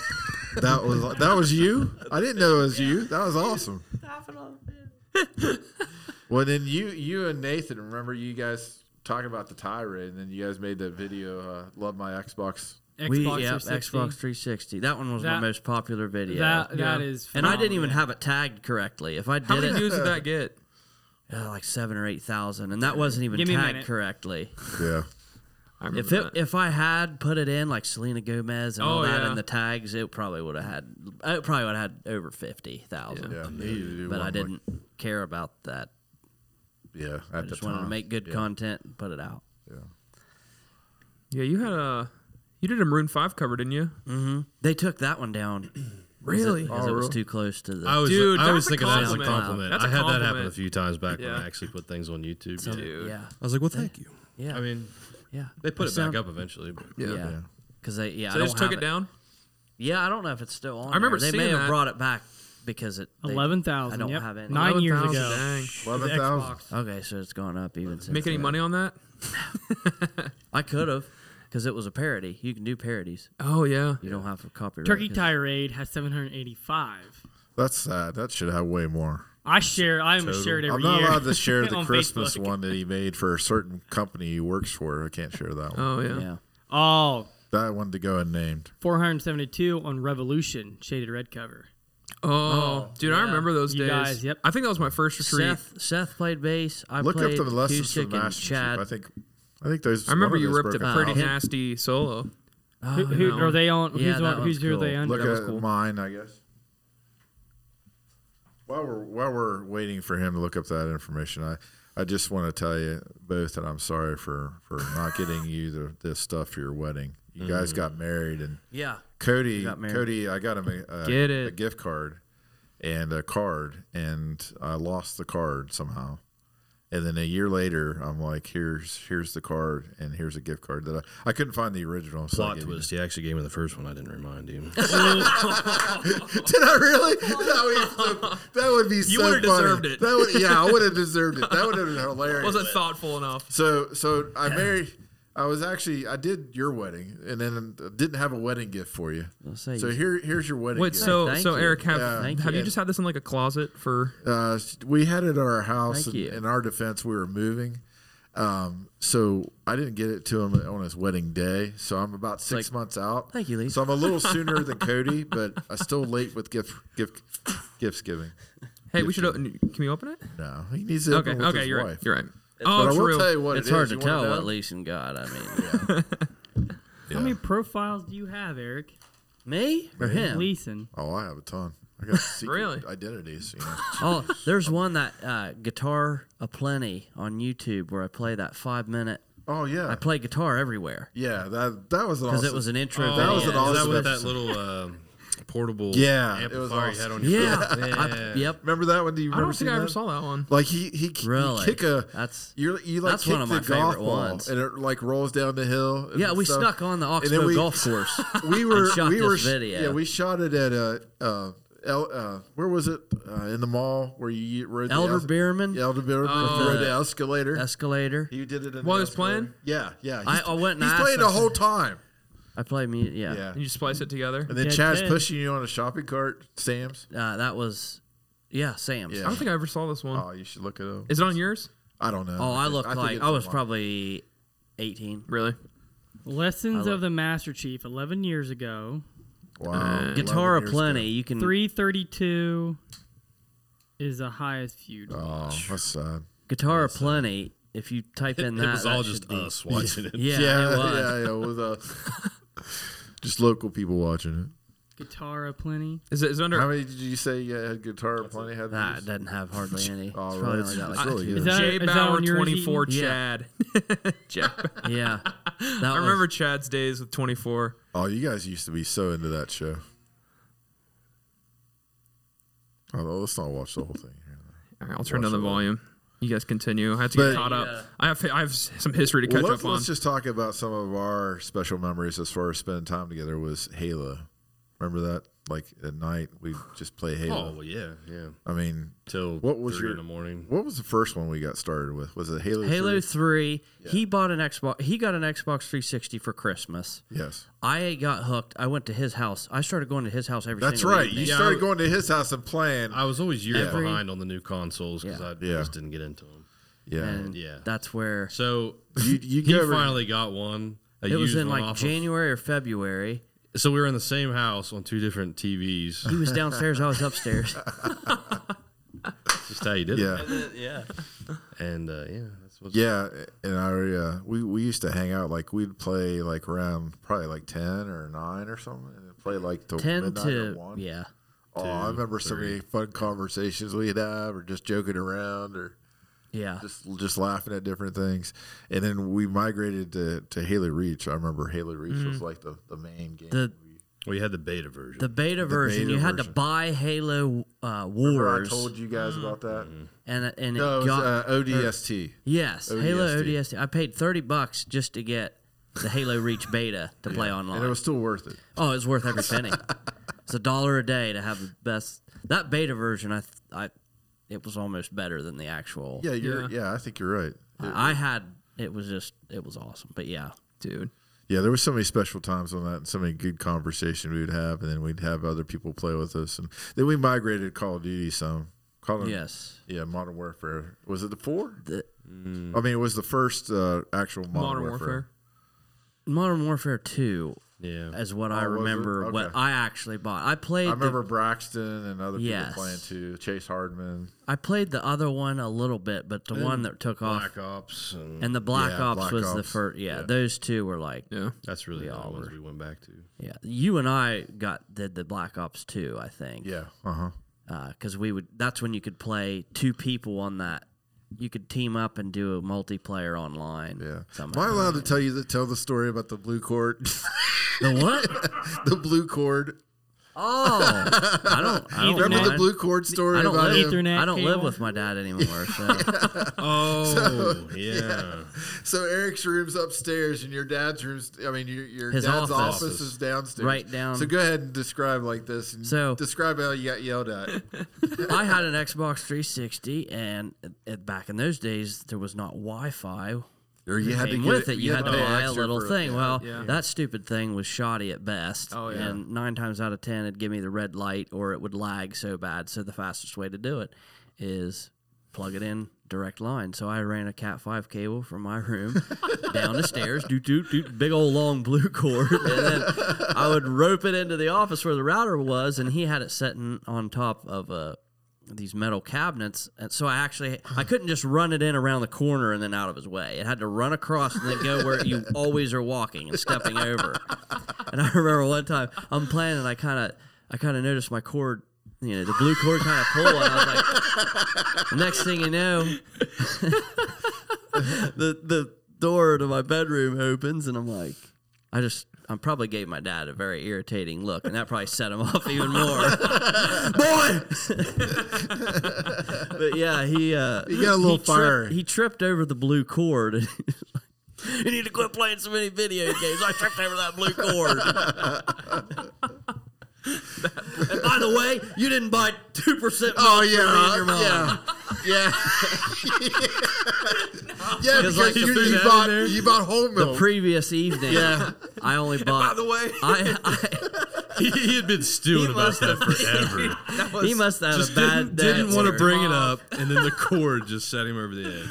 [SPEAKER 3] That was that was you. I didn't know it was you. That was awesome. well, then you you and Nathan remember you guys talking about the tirade, and then you guys made that video. Uh, Love my Xbox
[SPEAKER 5] Xbox
[SPEAKER 1] we, yeah,
[SPEAKER 5] 360.
[SPEAKER 1] Xbox 360. That one was my
[SPEAKER 5] That-
[SPEAKER 1] most popular video.
[SPEAKER 5] That
[SPEAKER 2] Yeah.
[SPEAKER 5] that is.
[SPEAKER 1] and I didn't
[SPEAKER 5] phenomenal.
[SPEAKER 1] even have it tagged correctly. If I did
[SPEAKER 2] How many
[SPEAKER 1] it,
[SPEAKER 2] views did that get?
[SPEAKER 1] uh, like seven or eight thousand, and that wasn't even
[SPEAKER 5] Give me a
[SPEAKER 1] tagged
[SPEAKER 5] minute.
[SPEAKER 1] correctly.
[SPEAKER 3] Yeah.
[SPEAKER 2] I remember
[SPEAKER 1] If it,
[SPEAKER 2] that.
[SPEAKER 1] if I had put it in like Selena Gomez and all
[SPEAKER 2] Oh,
[SPEAKER 1] that
[SPEAKER 2] yeah.
[SPEAKER 1] in the tags, it probably would have had it probably would have had over fifty thousand.
[SPEAKER 3] Yeah. they usually do
[SPEAKER 1] But
[SPEAKER 3] one
[SPEAKER 1] I
[SPEAKER 3] like-
[SPEAKER 1] didn't care about that.
[SPEAKER 3] yeah. At
[SPEAKER 1] I
[SPEAKER 3] the
[SPEAKER 1] just wanted
[SPEAKER 3] time.
[SPEAKER 1] to make good
[SPEAKER 3] yeah.
[SPEAKER 1] content and put it out.
[SPEAKER 2] yeah, you had a you did a Maroon Five cover, didn't you?
[SPEAKER 1] They took that one down
[SPEAKER 2] Really?
[SPEAKER 1] because it was too close to the.
[SPEAKER 4] I was,
[SPEAKER 2] Dude,
[SPEAKER 4] I always
[SPEAKER 2] that's a
[SPEAKER 4] think of that as a
[SPEAKER 1] compliment.
[SPEAKER 4] compliment.
[SPEAKER 2] That's a
[SPEAKER 4] I had that happen
[SPEAKER 2] compliment.
[SPEAKER 4] a few times back
[SPEAKER 2] Yeah.
[SPEAKER 4] when I actually put things on YouTube. Yeah.
[SPEAKER 2] Dude.
[SPEAKER 1] yeah,
[SPEAKER 4] I was like, well, thank you.
[SPEAKER 1] yeah.
[SPEAKER 4] I mean,
[SPEAKER 1] yeah,
[SPEAKER 4] they
[SPEAKER 1] I
[SPEAKER 4] put it
[SPEAKER 1] sound-
[SPEAKER 4] back up eventually. But
[SPEAKER 2] Yeah.
[SPEAKER 1] Yeah, because they yeah. I
[SPEAKER 2] So they
[SPEAKER 1] don't
[SPEAKER 2] just took
[SPEAKER 1] have
[SPEAKER 2] it down.
[SPEAKER 1] Yeah, I don't know if it's still on. there.
[SPEAKER 2] remember
[SPEAKER 1] they may
[SPEAKER 2] seeing
[SPEAKER 1] have
[SPEAKER 2] that.
[SPEAKER 1] brought it back because it they- I
[SPEAKER 5] 11,000.
[SPEAKER 1] don't
[SPEAKER 5] yep.
[SPEAKER 1] have any.
[SPEAKER 5] Nine years
[SPEAKER 2] 11,000,
[SPEAKER 5] ago.
[SPEAKER 2] Oh, dang.
[SPEAKER 3] Eleven
[SPEAKER 5] The
[SPEAKER 3] thousand.
[SPEAKER 5] Xbox.
[SPEAKER 1] Okay, so it's gone up even since.
[SPEAKER 2] Make any
[SPEAKER 1] then.
[SPEAKER 2] money on that?
[SPEAKER 1] I could have, because it was a parody. You can do parodies.
[SPEAKER 2] Oh yeah.
[SPEAKER 1] You don't have a copyright.
[SPEAKER 5] Turkey
[SPEAKER 1] 'cause-
[SPEAKER 5] Tirade has 785.
[SPEAKER 3] That's sad. That should have way more.
[SPEAKER 5] I share. I am shared
[SPEAKER 3] I'm
[SPEAKER 5] every
[SPEAKER 3] not
[SPEAKER 5] year.
[SPEAKER 3] allowed to share the
[SPEAKER 5] on
[SPEAKER 3] Christmas
[SPEAKER 5] Facebook.
[SPEAKER 3] one that he made for a certain company he works for. I can't share that one.
[SPEAKER 2] Oh yeah.
[SPEAKER 1] Yeah.
[SPEAKER 5] Oh,
[SPEAKER 3] That one to go unnamed.
[SPEAKER 5] 472 on Revolution shaded red cover.
[SPEAKER 2] Oh, dude, I remember those
[SPEAKER 5] You
[SPEAKER 2] days.
[SPEAKER 5] guys, yep.
[SPEAKER 2] I think that was my first retreat.
[SPEAKER 1] Seth Seth played bass. I
[SPEAKER 3] Look up
[SPEAKER 1] played
[SPEAKER 3] the lessons
[SPEAKER 1] acoustic
[SPEAKER 3] from
[SPEAKER 1] and
[SPEAKER 3] Master Chief.
[SPEAKER 1] Chad.
[SPEAKER 3] I think. I think those.
[SPEAKER 2] I remember
[SPEAKER 3] one of
[SPEAKER 2] you
[SPEAKER 3] those
[SPEAKER 2] ripped a
[SPEAKER 3] broke out.
[SPEAKER 2] pretty
[SPEAKER 1] him.
[SPEAKER 2] nasty solo.
[SPEAKER 3] Oh,
[SPEAKER 5] Who, who are they on?
[SPEAKER 1] Yeah,
[SPEAKER 5] who's
[SPEAKER 1] that
[SPEAKER 5] on, who's
[SPEAKER 1] one's
[SPEAKER 5] who are they
[SPEAKER 1] cool.
[SPEAKER 5] under?
[SPEAKER 3] Look
[SPEAKER 2] That was
[SPEAKER 3] at
[SPEAKER 2] cool.
[SPEAKER 3] mine, I guess. While we're while we're waiting for him to look up that information, I, I just want to tell you both that I'm sorry for for not getting you the, this stuff for your wedding. You
[SPEAKER 2] Mm.
[SPEAKER 3] guys got married, and
[SPEAKER 1] Yeah.
[SPEAKER 3] Cody
[SPEAKER 1] got married.
[SPEAKER 3] Cody, I got him a, a,
[SPEAKER 2] Get
[SPEAKER 3] a
[SPEAKER 2] it.
[SPEAKER 3] gift card and a card, and I lost the card somehow. And then a year later, I'm like, here's here's the card, and here's a gift card that I, I couldn't find the original. So I
[SPEAKER 4] plot
[SPEAKER 3] gave you-
[SPEAKER 4] twist. He actually gave me the first one. I didn't remind him.
[SPEAKER 3] Did I really? That would, that would be so
[SPEAKER 2] would've
[SPEAKER 3] funny.
[SPEAKER 2] deserved it.
[SPEAKER 3] That would, yeah, I would have deserved it. That would have been hilarious.
[SPEAKER 2] Wasn't thoughtful enough.
[SPEAKER 3] so, so I married. I was actually I did your wedding, and then uh, didn't have a wedding gift for you.
[SPEAKER 1] say
[SPEAKER 3] So
[SPEAKER 1] you-
[SPEAKER 3] here, here's your wedding.
[SPEAKER 2] Wait,
[SPEAKER 3] gift.
[SPEAKER 2] so
[SPEAKER 1] thank
[SPEAKER 2] so
[SPEAKER 1] you.
[SPEAKER 2] Eric, have
[SPEAKER 3] Yeah.
[SPEAKER 1] Thank
[SPEAKER 2] have you
[SPEAKER 1] you.
[SPEAKER 2] just had this in like a closet for?
[SPEAKER 3] uh, we had it at our house,
[SPEAKER 1] Thank
[SPEAKER 3] and
[SPEAKER 1] you.
[SPEAKER 3] in our defense, we were moving. Um, so I didn't get it to him on his wedding day. So I'm about six
[SPEAKER 1] Like-
[SPEAKER 3] months out.
[SPEAKER 1] Thank you, Lee.
[SPEAKER 3] So I'm a little sooner than Cody, but I still late with gift gift gifts giving.
[SPEAKER 2] Hey, we should open. Can we open it?
[SPEAKER 3] No, he needs to
[SPEAKER 2] Okay,
[SPEAKER 3] open with
[SPEAKER 2] okay,
[SPEAKER 3] his
[SPEAKER 2] you're
[SPEAKER 3] wife.
[SPEAKER 2] right. You're right.
[SPEAKER 3] But
[SPEAKER 2] oh,
[SPEAKER 3] I
[SPEAKER 2] true.
[SPEAKER 3] will tell you what
[SPEAKER 1] it's
[SPEAKER 3] it
[SPEAKER 1] hard
[SPEAKER 3] is.
[SPEAKER 1] to
[SPEAKER 3] You wanna
[SPEAKER 1] tell
[SPEAKER 3] know?
[SPEAKER 1] at least in God. I mean,
[SPEAKER 3] Yeah.
[SPEAKER 5] How many profiles do you have, Eric?
[SPEAKER 1] me or him?
[SPEAKER 5] Gleason.
[SPEAKER 3] Oh, I have a ton. I got secret
[SPEAKER 2] Really?
[SPEAKER 3] identities. You know.
[SPEAKER 1] Oh, there's one that uh, guitar aplenty on YouTube where I play that five minute.
[SPEAKER 3] Oh yeah,
[SPEAKER 1] I play guitar everywhere
[SPEAKER 3] yeah. That that was an
[SPEAKER 1] because
[SPEAKER 3] awesome.
[SPEAKER 1] it was an intro.
[SPEAKER 4] Oh,
[SPEAKER 3] That
[SPEAKER 1] video.
[SPEAKER 3] was an awesome
[SPEAKER 4] Is that with that
[SPEAKER 3] episode.
[SPEAKER 4] little um portable
[SPEAKER 3] Yeah, it was
[SPEAKER 4] amplifier you
[SPEAKER 3] awesome.
[SPEAKER 4] had on your
[SPEAKER 1] Yeah.
[SPEAKER 4] phone?
[SPEAKER 1] I-
[SPEAKER 4] Yeah.
[SPEAKER 1] yep.
[SPEAKER 3] remember that one? Do you
[SPEAKER 2] I
[SPEAKER 3] remember
[SPEAKER 2] don't think
[SPEAKER 3] seeing
[SPEAKER 2] I ever
[SPEAKER 3] that?
[SPEAKER 2] saw that one.
[SPEAKER 3] Like he he, he
[SPEAKER 1] Really?
[SPEAKER 3] kick a
[SPEAKER 1] That's-
[SPEAKER 3] you're, you like
[SPEAKER 1] that's
[SPEAKER 3] kick
[SPEAKER 1] one of
[SPEAKER 3] the
[SPEAKER 1] my
[SPEAKER 3] golf
[SPEAKER 1] favorite
[SPEAKER 3] ball
[SPEAKER 1] ones.
[SPEAKER 3] and it like rolls down the hill. and
[SPEAKER 1] Yeah, we
[SPEAKER 3] stuff.
[SPEAKER 1] snuck on the
[SPEAKER 3] then
[SPEAKER 1] Oxbow
[SPEAKER 3] we-
[SPEAKER 1] golf course.
[SPEAKER 3] We were
[SPEAKER 1] shot
[SPEAKER 3] we
[SPEAKER 1] this
[SPEAKER 3] were sh-
[SPEAKER 1] video.
[SPEAKER 3] yeah we shot it at a uh, El, uh where was it uh, in the mall where you rode the
[SPEAKER 1] Elder Oh.
[SPEAKER 3] es-
[SPEAKER 1] Beerman
[SPEAKER 3] Elder Beerman you rode the escalator.
[SPEAKER 1] escalator.
[SPEAKER 3] you did it in
[SPEAKER 2] While he
[SPEAKER 3] the
[SPEAKER 2] was
[SPEAKER 3] escalator?
[SPEAKER 2] playing?
[SPEAKER 3] Yeah, yeah.
[SPEAKER 1] I-
[SPEAKER 3] He's-
[SPEAKER 1] I went and
[SPEAKER 3] He's
[SPEAKER 1] asked
[SPEAKER 3] playing the
[SPEAKER 1] him-
[SPEAKER 3] whole time.
[SPEAKER 1] I play music. Yeah.
[SPEAKER 3] Yeah.
[SPEAKER 2] And you splice it together.
[SPEAKER 3] And then
[SPEAKER 5] Yeah,
[SPEAKER 3] Chad's
[SPEAKER 5] Ted.
[SPEAKER 3] pushing you on a shopping cart, Sam's.
[SPEAKER 1] Uh, that was, yeah, Sam's.
[SPEAKER 2] I
[SPEAKER 3] Yeah.
[SPEAKER 2] don't think I ever saw this one.
[SPEAKER 3] Oh, you should look it up.
[SPEAKER 2] Is it on yours?
[SPEAKER 3] I don't know.
[SPEAKER 1] Oh, I
[SPEAKER 3] think-
[SPEAKER 1] looked
[SPEAKER 3] think
[SPEAKER 1] like
[SPEAKER 3] it's
[SPEAKER 1] I was
[SPEAKER 3] online.
[SPEAKER 1] probably 18.
[SPEAKER 2] Really?
[SPEAKER 5] Lessons
[SPEAKER 1] I
[SPEAKER 5] of the Master Chief, 11 years ago.
[SPEAKER 3] wow.
[SPEAKER 1] uh, Guitar
[SPEAKER 3] 11 years
[SPEAKER 1] aplenty.
[SPEAKER 3] ago.
[SPEAKER 1] You can
[SPEAKER 5] 332 is the highest feud.
[SPEAKER 3] Oh, that's sad.
[SPEAKER 1] guitar aplenty. If you type in that,
[SPEAKER 4] it was
[SPEAKER 1] that
[SPEAKER 4] all
[SPEAKER 1] should
[SPEAKER 4] just
[SPEAKER 1] be-
[SPEAKER 4] us watching it.
[SPEAKER 1] Yeah,
[SPEAKER 3] yeah,
[SPEAKER 1] it was.
[SPEAKER 3] yeah, yeah, with uh, just local people watching
[SPEAKER 5] Guitar aplenty.
[SPEAKER 2] Is it is it
[SPEAKER 3] it.
[SPEAKER 2] under?
[SPEAKER 3] How many did you say you had guitar aplenty had?
[SPEAKER 1] Nah, it
[SPEAKER 3] views?
[SPEAKER 1] doesn't have hardly any.
[SPEAKER 3] Oh,
[SPEAKER 1] It's
[SPEAKER 3] really?
[SPEAKER 1] probably
[SPEAKER 3] It's-
[SPEAKER 1] only got
[SPEAKER 3] it's
[SPEAKER 1] like
[SPEAKER 3] really
[SPEAKER 1] two.
[SPEAKER 3] good.
[SPEAKER 5] Is that-
[SPEAKER 2] J
[SPEAKER 5] is that
[SPEAKER 2] Bauer
[SPEAKER 5] on yours,
[SPEAKER 2] twenty four
[SPEAKER 1] Eaton?
[SPEAKER 2] Chad. Chad.
[SPEAKER 1] Yeah, that
[SPEAKER 2] I remember Chad's days with twenty four.
[SPEAKER 3] Oh, you guys used to be so into that show. Oh, let's not watch the whole thing. here.
[SPEAKER 2] All right, I'll turn down the volume. You guys continue. I have to
[SPEAKER 3] But-
[SPEAKER 2] get caught up. I have I have s- some history to
[SPEAKER 3] Well,
[SPEAKER 2] catch
[SPEAKER 3] let's,
[SPEAKER 2] up on.
[SPEAKER 3] let's just talk about some of our special memories as far as spending time together. Was Halo? Remember that? Like at night, we just play
[SPEAKER 4] Oh
[SPEAKER 3] Halo.
[SPEAKER 4] well, yeah, yeah.
[SPEAKER 3] I mean,
[SPEAKER 4] Till
[SPEAKER 3] What was
[SPEAKER 4] three
[SPEAKER 3] your-
[SPEAKER 4] in the morning?
[SPEAKER 3] What was the first one we got started with? Was it Halo?
[SPEAKER 1] Halo
[SPEAKER 3] 3?
[SPEAKER 1] Three. He bought an Xbox. He got an Xbox 360 for Christmas.
[SPEAKER 3] Yes,
[SPEAKER 1] I got hooked. I went to his house. I started going to his house every.
[SPEAKER 3] that's
[SPEAKER 1] single
[SPEAKER 3] right.
[SPEAKER 1] evening.
[SPEAKER 3] You
[SPEAKER 4] Yeah,
[SPEAKER 3] started
[SPEAKER 4] I-
[SPEAKER 3] going to his house and playing.
[SPEAKER 4] I was always years
[SPEAKER 3] Every-
[SPEAKER 4] behind on the new consoles because
[SPEAKER 1] Yeah.
[SPEAKER 4] I
[SPEAKER 3] Yeah.
[SPEAKER 4] just didn't get into them.
[SPEAKER 3] yeah,
[SPEAKER 1] And
[SPEAKER 4] Yeah.
[SPEAKER 1] that's where
[SPEAKER 4] So
[SPEAKER 3] You- you
[SPEAKER 4] he
[SPEAKER 3] go over-
[SPEAKER 4] finally got one, A
[SPEAKER 1] It was
[SPEAKER 4] used
[SPEAKER 1] in
[SPEAKER 4] one
[SPEAKER 1] like
[SPEAKER 4] off of-
[SPEAKER 1] January or February.
[SPEAKER 4] so we were in the same house on two different TVs.
[SPEAKER 1] He was downstairs. I was upstairs.
[SPEAKER 4] That's just how you did
[SPEAKER 3] Yeah.
[SPEAKER 1] yeah.
[SPEAKER 4] it. And uh, yeah, that's what's
[SPEAKER 3] Yeah, and I uh, we we used to hang out like we'd play like around probably like ten or nine or something, and play like till
[SPEAKER 1] Ten
[SPEAKER 3] midnight or
[SPEAKER 1] to
[SPEAKER 3] one.
[SPEAKER 1] yeah.
[SPEAKER 3] Oh, I remember so many fun conversations we'd have, or just joking around, or
[SPEAKER 1] Yeah.
[SPEAKER 3] just just laughing at different things. And then we migrated to to Halo Reach. I remember Halo Reach was like the, the main game.
[SPEAKER 1] Mm-hmm. The-
[SPEAKER 4] we had the beta version.
[SPEAKER 1] The beta version.
[SPEAKER 3] beta
[SPEAKER 1] you had
[SPEAKER 3] version.
[SPEAKER 1] to buy Halo uh,
[SPEAKER 3] Remember I
[SPEAKER 1] Wars,
[SPEAKER 3] told you guys about that.
[SPEAKER 1] and and it
[SPEAKER 3] No, it
[SPEAKER 1] Mm-hmm.
[SPEAKER 3] was,
[SPEAKER 1] got
[SPEAKER 3] uh, ODST.
[SPEAKER 1] yes, Halo
[SPEAKER 3] ODST.
[SPEAKER 1] ODST. I paid thirty bucks just to get the Halo Reach beta to play online.
[SPEAKER 3] and it was still worth it.
[SPEAKER 1] oh, it's worth every penny. it's a dollar a day to have the best. That beta version, I I, it was almost better than the actual.
[SPEAKER 3] Yeah, you're, yeah. I think you're right.
[SPEAKER 1] I I had it was just it was awesome. But yeah,
[SPEAKER 2] dude.
[SPEAKER 3] Yeah, there were so many special times on that, and so many good conversations we would have, and then we'd have other people play with us, and then we migrated to Call of Duty some. Call of,
[SPEAKER 1] yes.
[SPEAKER 3] yeah, Modern Warfare was it the four? I mean, it was the first uh, actual Modern,
[SPEAKER 2] Modern
[SPEAKER 3] Warfare.
[SPEAKER 2] Warfare.
[SPEAKER 1] Modern Warfare 2
[SPEAKER 4] yeah.
[SPEAKER 1] is what I
[SPEAKER 3] Oh, was it?
[SPEAKER 1] remember what
[SPEAKER 3] Okay.
[SPEAKER 1] I actually bought. I played
[SPEAKER 3] I
[SPEAKER 1] the-
[SPEAKER 3] remember Braxton and other
[SPEAKER 1] Yes.
[SPEAKER 3] people playing too. Chase Hardman.
[SPEAKER 1] I played the other one a little bit, but the one that took off
[SPEAKER 4] Black Ops and
[SPEAKER 1] and the Black
[SPEAKER 3] Yeah,
[SPEAKER 1] Ops
[SPEAKER 3] Black
[SPEAKER 1] was the
[SPEAKER 3] Ops.
[SPEAKER 1] first. Yeah, those two were like yeah.
[SPEAKER 2] Yeah.
[SPEAKER 4] that's really the
[SPEAKER 1] all
[SPEAKER 4] ones
[SPEAKER 1] were.
[SPEAKER 4] we went back to.
[SPEAKER 1] You and I got did the Black Ops 2, I think.
[SPEAKER 3] Yeah. Uh huh.
[SPEAKER 1] Because we would. That's when you could play two people on that. You could team up and do a multiplayer online.
[SPEAKER 3] Yeah.
[SPEAKER 1] Somehow.
[SPEAKER 3] Am I allowed to tell you the tell the story about the blue cord?
[SPEAKER 1] The what?
[SPEAKER 3] the blue cord.
[SPEAKER 1] Oh, I don't. I don't
[SPEAKER 5] Ethernet.
[SPEAKER 3] Remember the
[SPEAKER 1] mind.
[SPEAKER 3] blue cord story
[SPEAKER 1] I don't
[SPEAKER 3] about
[SPEAKER 1] live.
[SPEAKER 3] him?
[SPEAKER 5] Ethernet
[SPEAKER 1] I don't live
[SPEAKER 5] cable.
[SPEAKER 1] with my dad anymore. So.
[SPEAKER 4] Oh yeah.
[SPEAKER 3] So Eric's room's upstairs, and your dad's room's. I mean, your, your
[SPEAKER 1] His
[SPEAKER 3] dad's office.
[SPEAKER 1] office.
[SPEAKER 3] is downstairs.
[SPEAKER 1] Right down.
[SPEAKER 3] So go ahead and describe like this. And
[SPEAKER 1] So-
[SPEAKER 3] describe how you got yelled at.
[SPEAKER 1] I had an Xbox 360, and it, back in those days, there was not Wi-Fi.
[SPEAKER 3] or you had
[SPEAKER 1] Came
[SPEAKER 3] get
[SPEAKER 1] with it, you had to
[SPEAKER 3] pay
[SPEAKER 1] buy a
[SPEAKER 3] extra
[SPEAKER 1] little
[SPEAKER 3] for it.
[SPEAKER 1] thing. Well,
[SPEAKER 2] Yeah.
[SPEAKER 1] that stupid thing was shoddy at best,
[SPEAKER 2] Oh, yeah.
[SPEAKER 1] and nine times out of ten, it'd give me the red light, or it would lag so bad. So the fastest way to do it is plug it in direct line. So I ran a Cat five cable from my room down the stairs, doot doot doot, big old long blue cord, and then I would rope it into the office where the router was, and he had it sitting on top of a these metal cabinets and so i actually i couldn't just run it in around the corner and then out of his way it had to run across and then go where you always are walking and stepping over and i remember one time i'm playing and i kind of i kind of noticed my cord you know the blue cord kind of pull and i was like next thing you know the the door to my bedroom opens and i'm like i just I probably gave my dad a very irritating look, and that probably set him off even more. Boy, but yeah, he uh,
[SPEAKER 3] You got a
[SPEAKER 1] he
[SPEAKER 3] little
[SPEAKER 1] tripped-
[SPEAKER 3] fire.
[SPEAKER 1] he tripped over the blue cord. And he was like, you need to quit playing so many video games. I tripped over that blue cord. and by the way, you didn't buy two percent.
[SPEAKER 3] Oh
[SPEAKER 1] and your mom.
[SPEAKER 3] yeah, yeah, yeah, yeah. Because
[SPEAKER 1] like,
[SPEAKER 3] you,
[SPEAKER 1] you threw
[SPEAKER 3] you
[SPEAKER 1] that in
[SPEAKER 3] bought
[SPEAKER 1] there?
[SPEAKER 3] you bought home
[SPEAKER 1] The
[SPEAKER 3] milk.
[SPEAKER 1] previous evening,
[SPEAKER 3] Yeah.
[SPEAKER 1] I only bought.
[SPEAKER 2] the way,
[SPEAKER 1] I, I,
[SPEAKER 4] he, he had been
[SPEAKER 1] He
[SPEAKER 4] stewing about
[SPEAKER 1] must
[SPEAKER 4] that forever.
[SPEAKER 2] that was
[SPEAKER 1] he must have had a
[SPEAKER 4] Just
[SPEAKER 1] bad
[SPEAKER 4] didn't,
[SPEAKER 1] day.
[SPEAKER 4] didn't
[SPEAKER 1] at
[SPEAKER 4] want to
[SPEAKER 1] work.
[SPEAKER 4] bring it up, and then the cord just set him over the edge.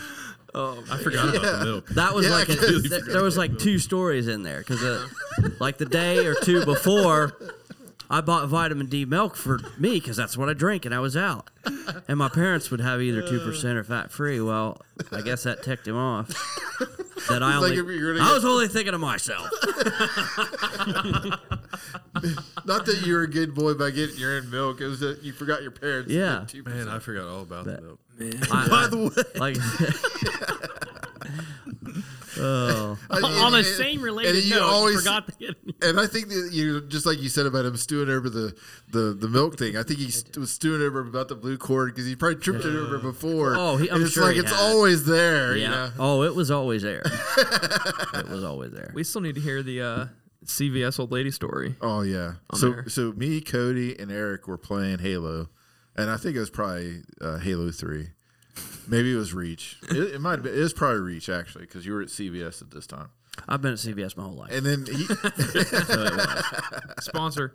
[SPEAKER 4] Oh, I forgot about the milk.
[SPEAKER 1] That was
[SPEAKER 3] Yeah,
[SPEAKER 1] like
[SPEAKER 3] I
[SPEAKER 1] a,
[SPEAKER 3] completely
[SPEAKER 1] th- there was like two stories in there because like the day or two before, I bought vitamin D milk for me because that's what I drink and I was out, and my parents would have either two percent or fat free. Well, I guess that ticked him off. That I only,
[SPEAKER 3] like, if you're gonna
[SPEAKER 1] I
[SPEAKER 3] get-
[SPEAKER 1] was only thinking of myself.
[SPEAKER 3] Not that you were a good boy by getting your own milk. It was that you forgot your parents.
[SPEAKER 1] Yeah.
[SPEAKER 4] Man, I forgot all about the milk.
[SPEAKER 1] I- I- like Oh,
[SPEAKER 5] on the same related
[SPEAKER 3] and you
[SPEAKER 5] note,
[SPEAKER 3] always-
[SPEAKER 5] you forgot to get
[SPEAKER 3] And I think that you just like you said about him stewing over the the, the milk thing. I think he st- was stewing over about the blue cord because he probably tripped it over before.
[SPEAKER 1] Oh, he- I'm
[SPEAKER 3] And it's
[SPEAKER 1] sure
[SPEAKER 3] like
[SPEAKER 1] he
[SPEAKER 3] it's
[SPEAKER 1] had.
[SPEAKER 3] always there. Yeah.
[SPEAKER 1] yeah. Oh, it was always there. It was always there.
[SPEAKER 2] we still need to hear the uh, CVS old lady story.
[SPEAKER 3] Oh yeah. so
[SPEAKER 2] there.
[SPEAKER 3] so me, Cody, and Eric were playing Halo, and I think it was probably uh, Halo Three. Maybe it was Reach. It, it might have been. It was probably Reach actually because you were at CVS at this time.
[SPEAKER 1] I've been at CVS my whole life.
[SPEAKER 3] And then he,
[SPEAKER 2] Sponsor.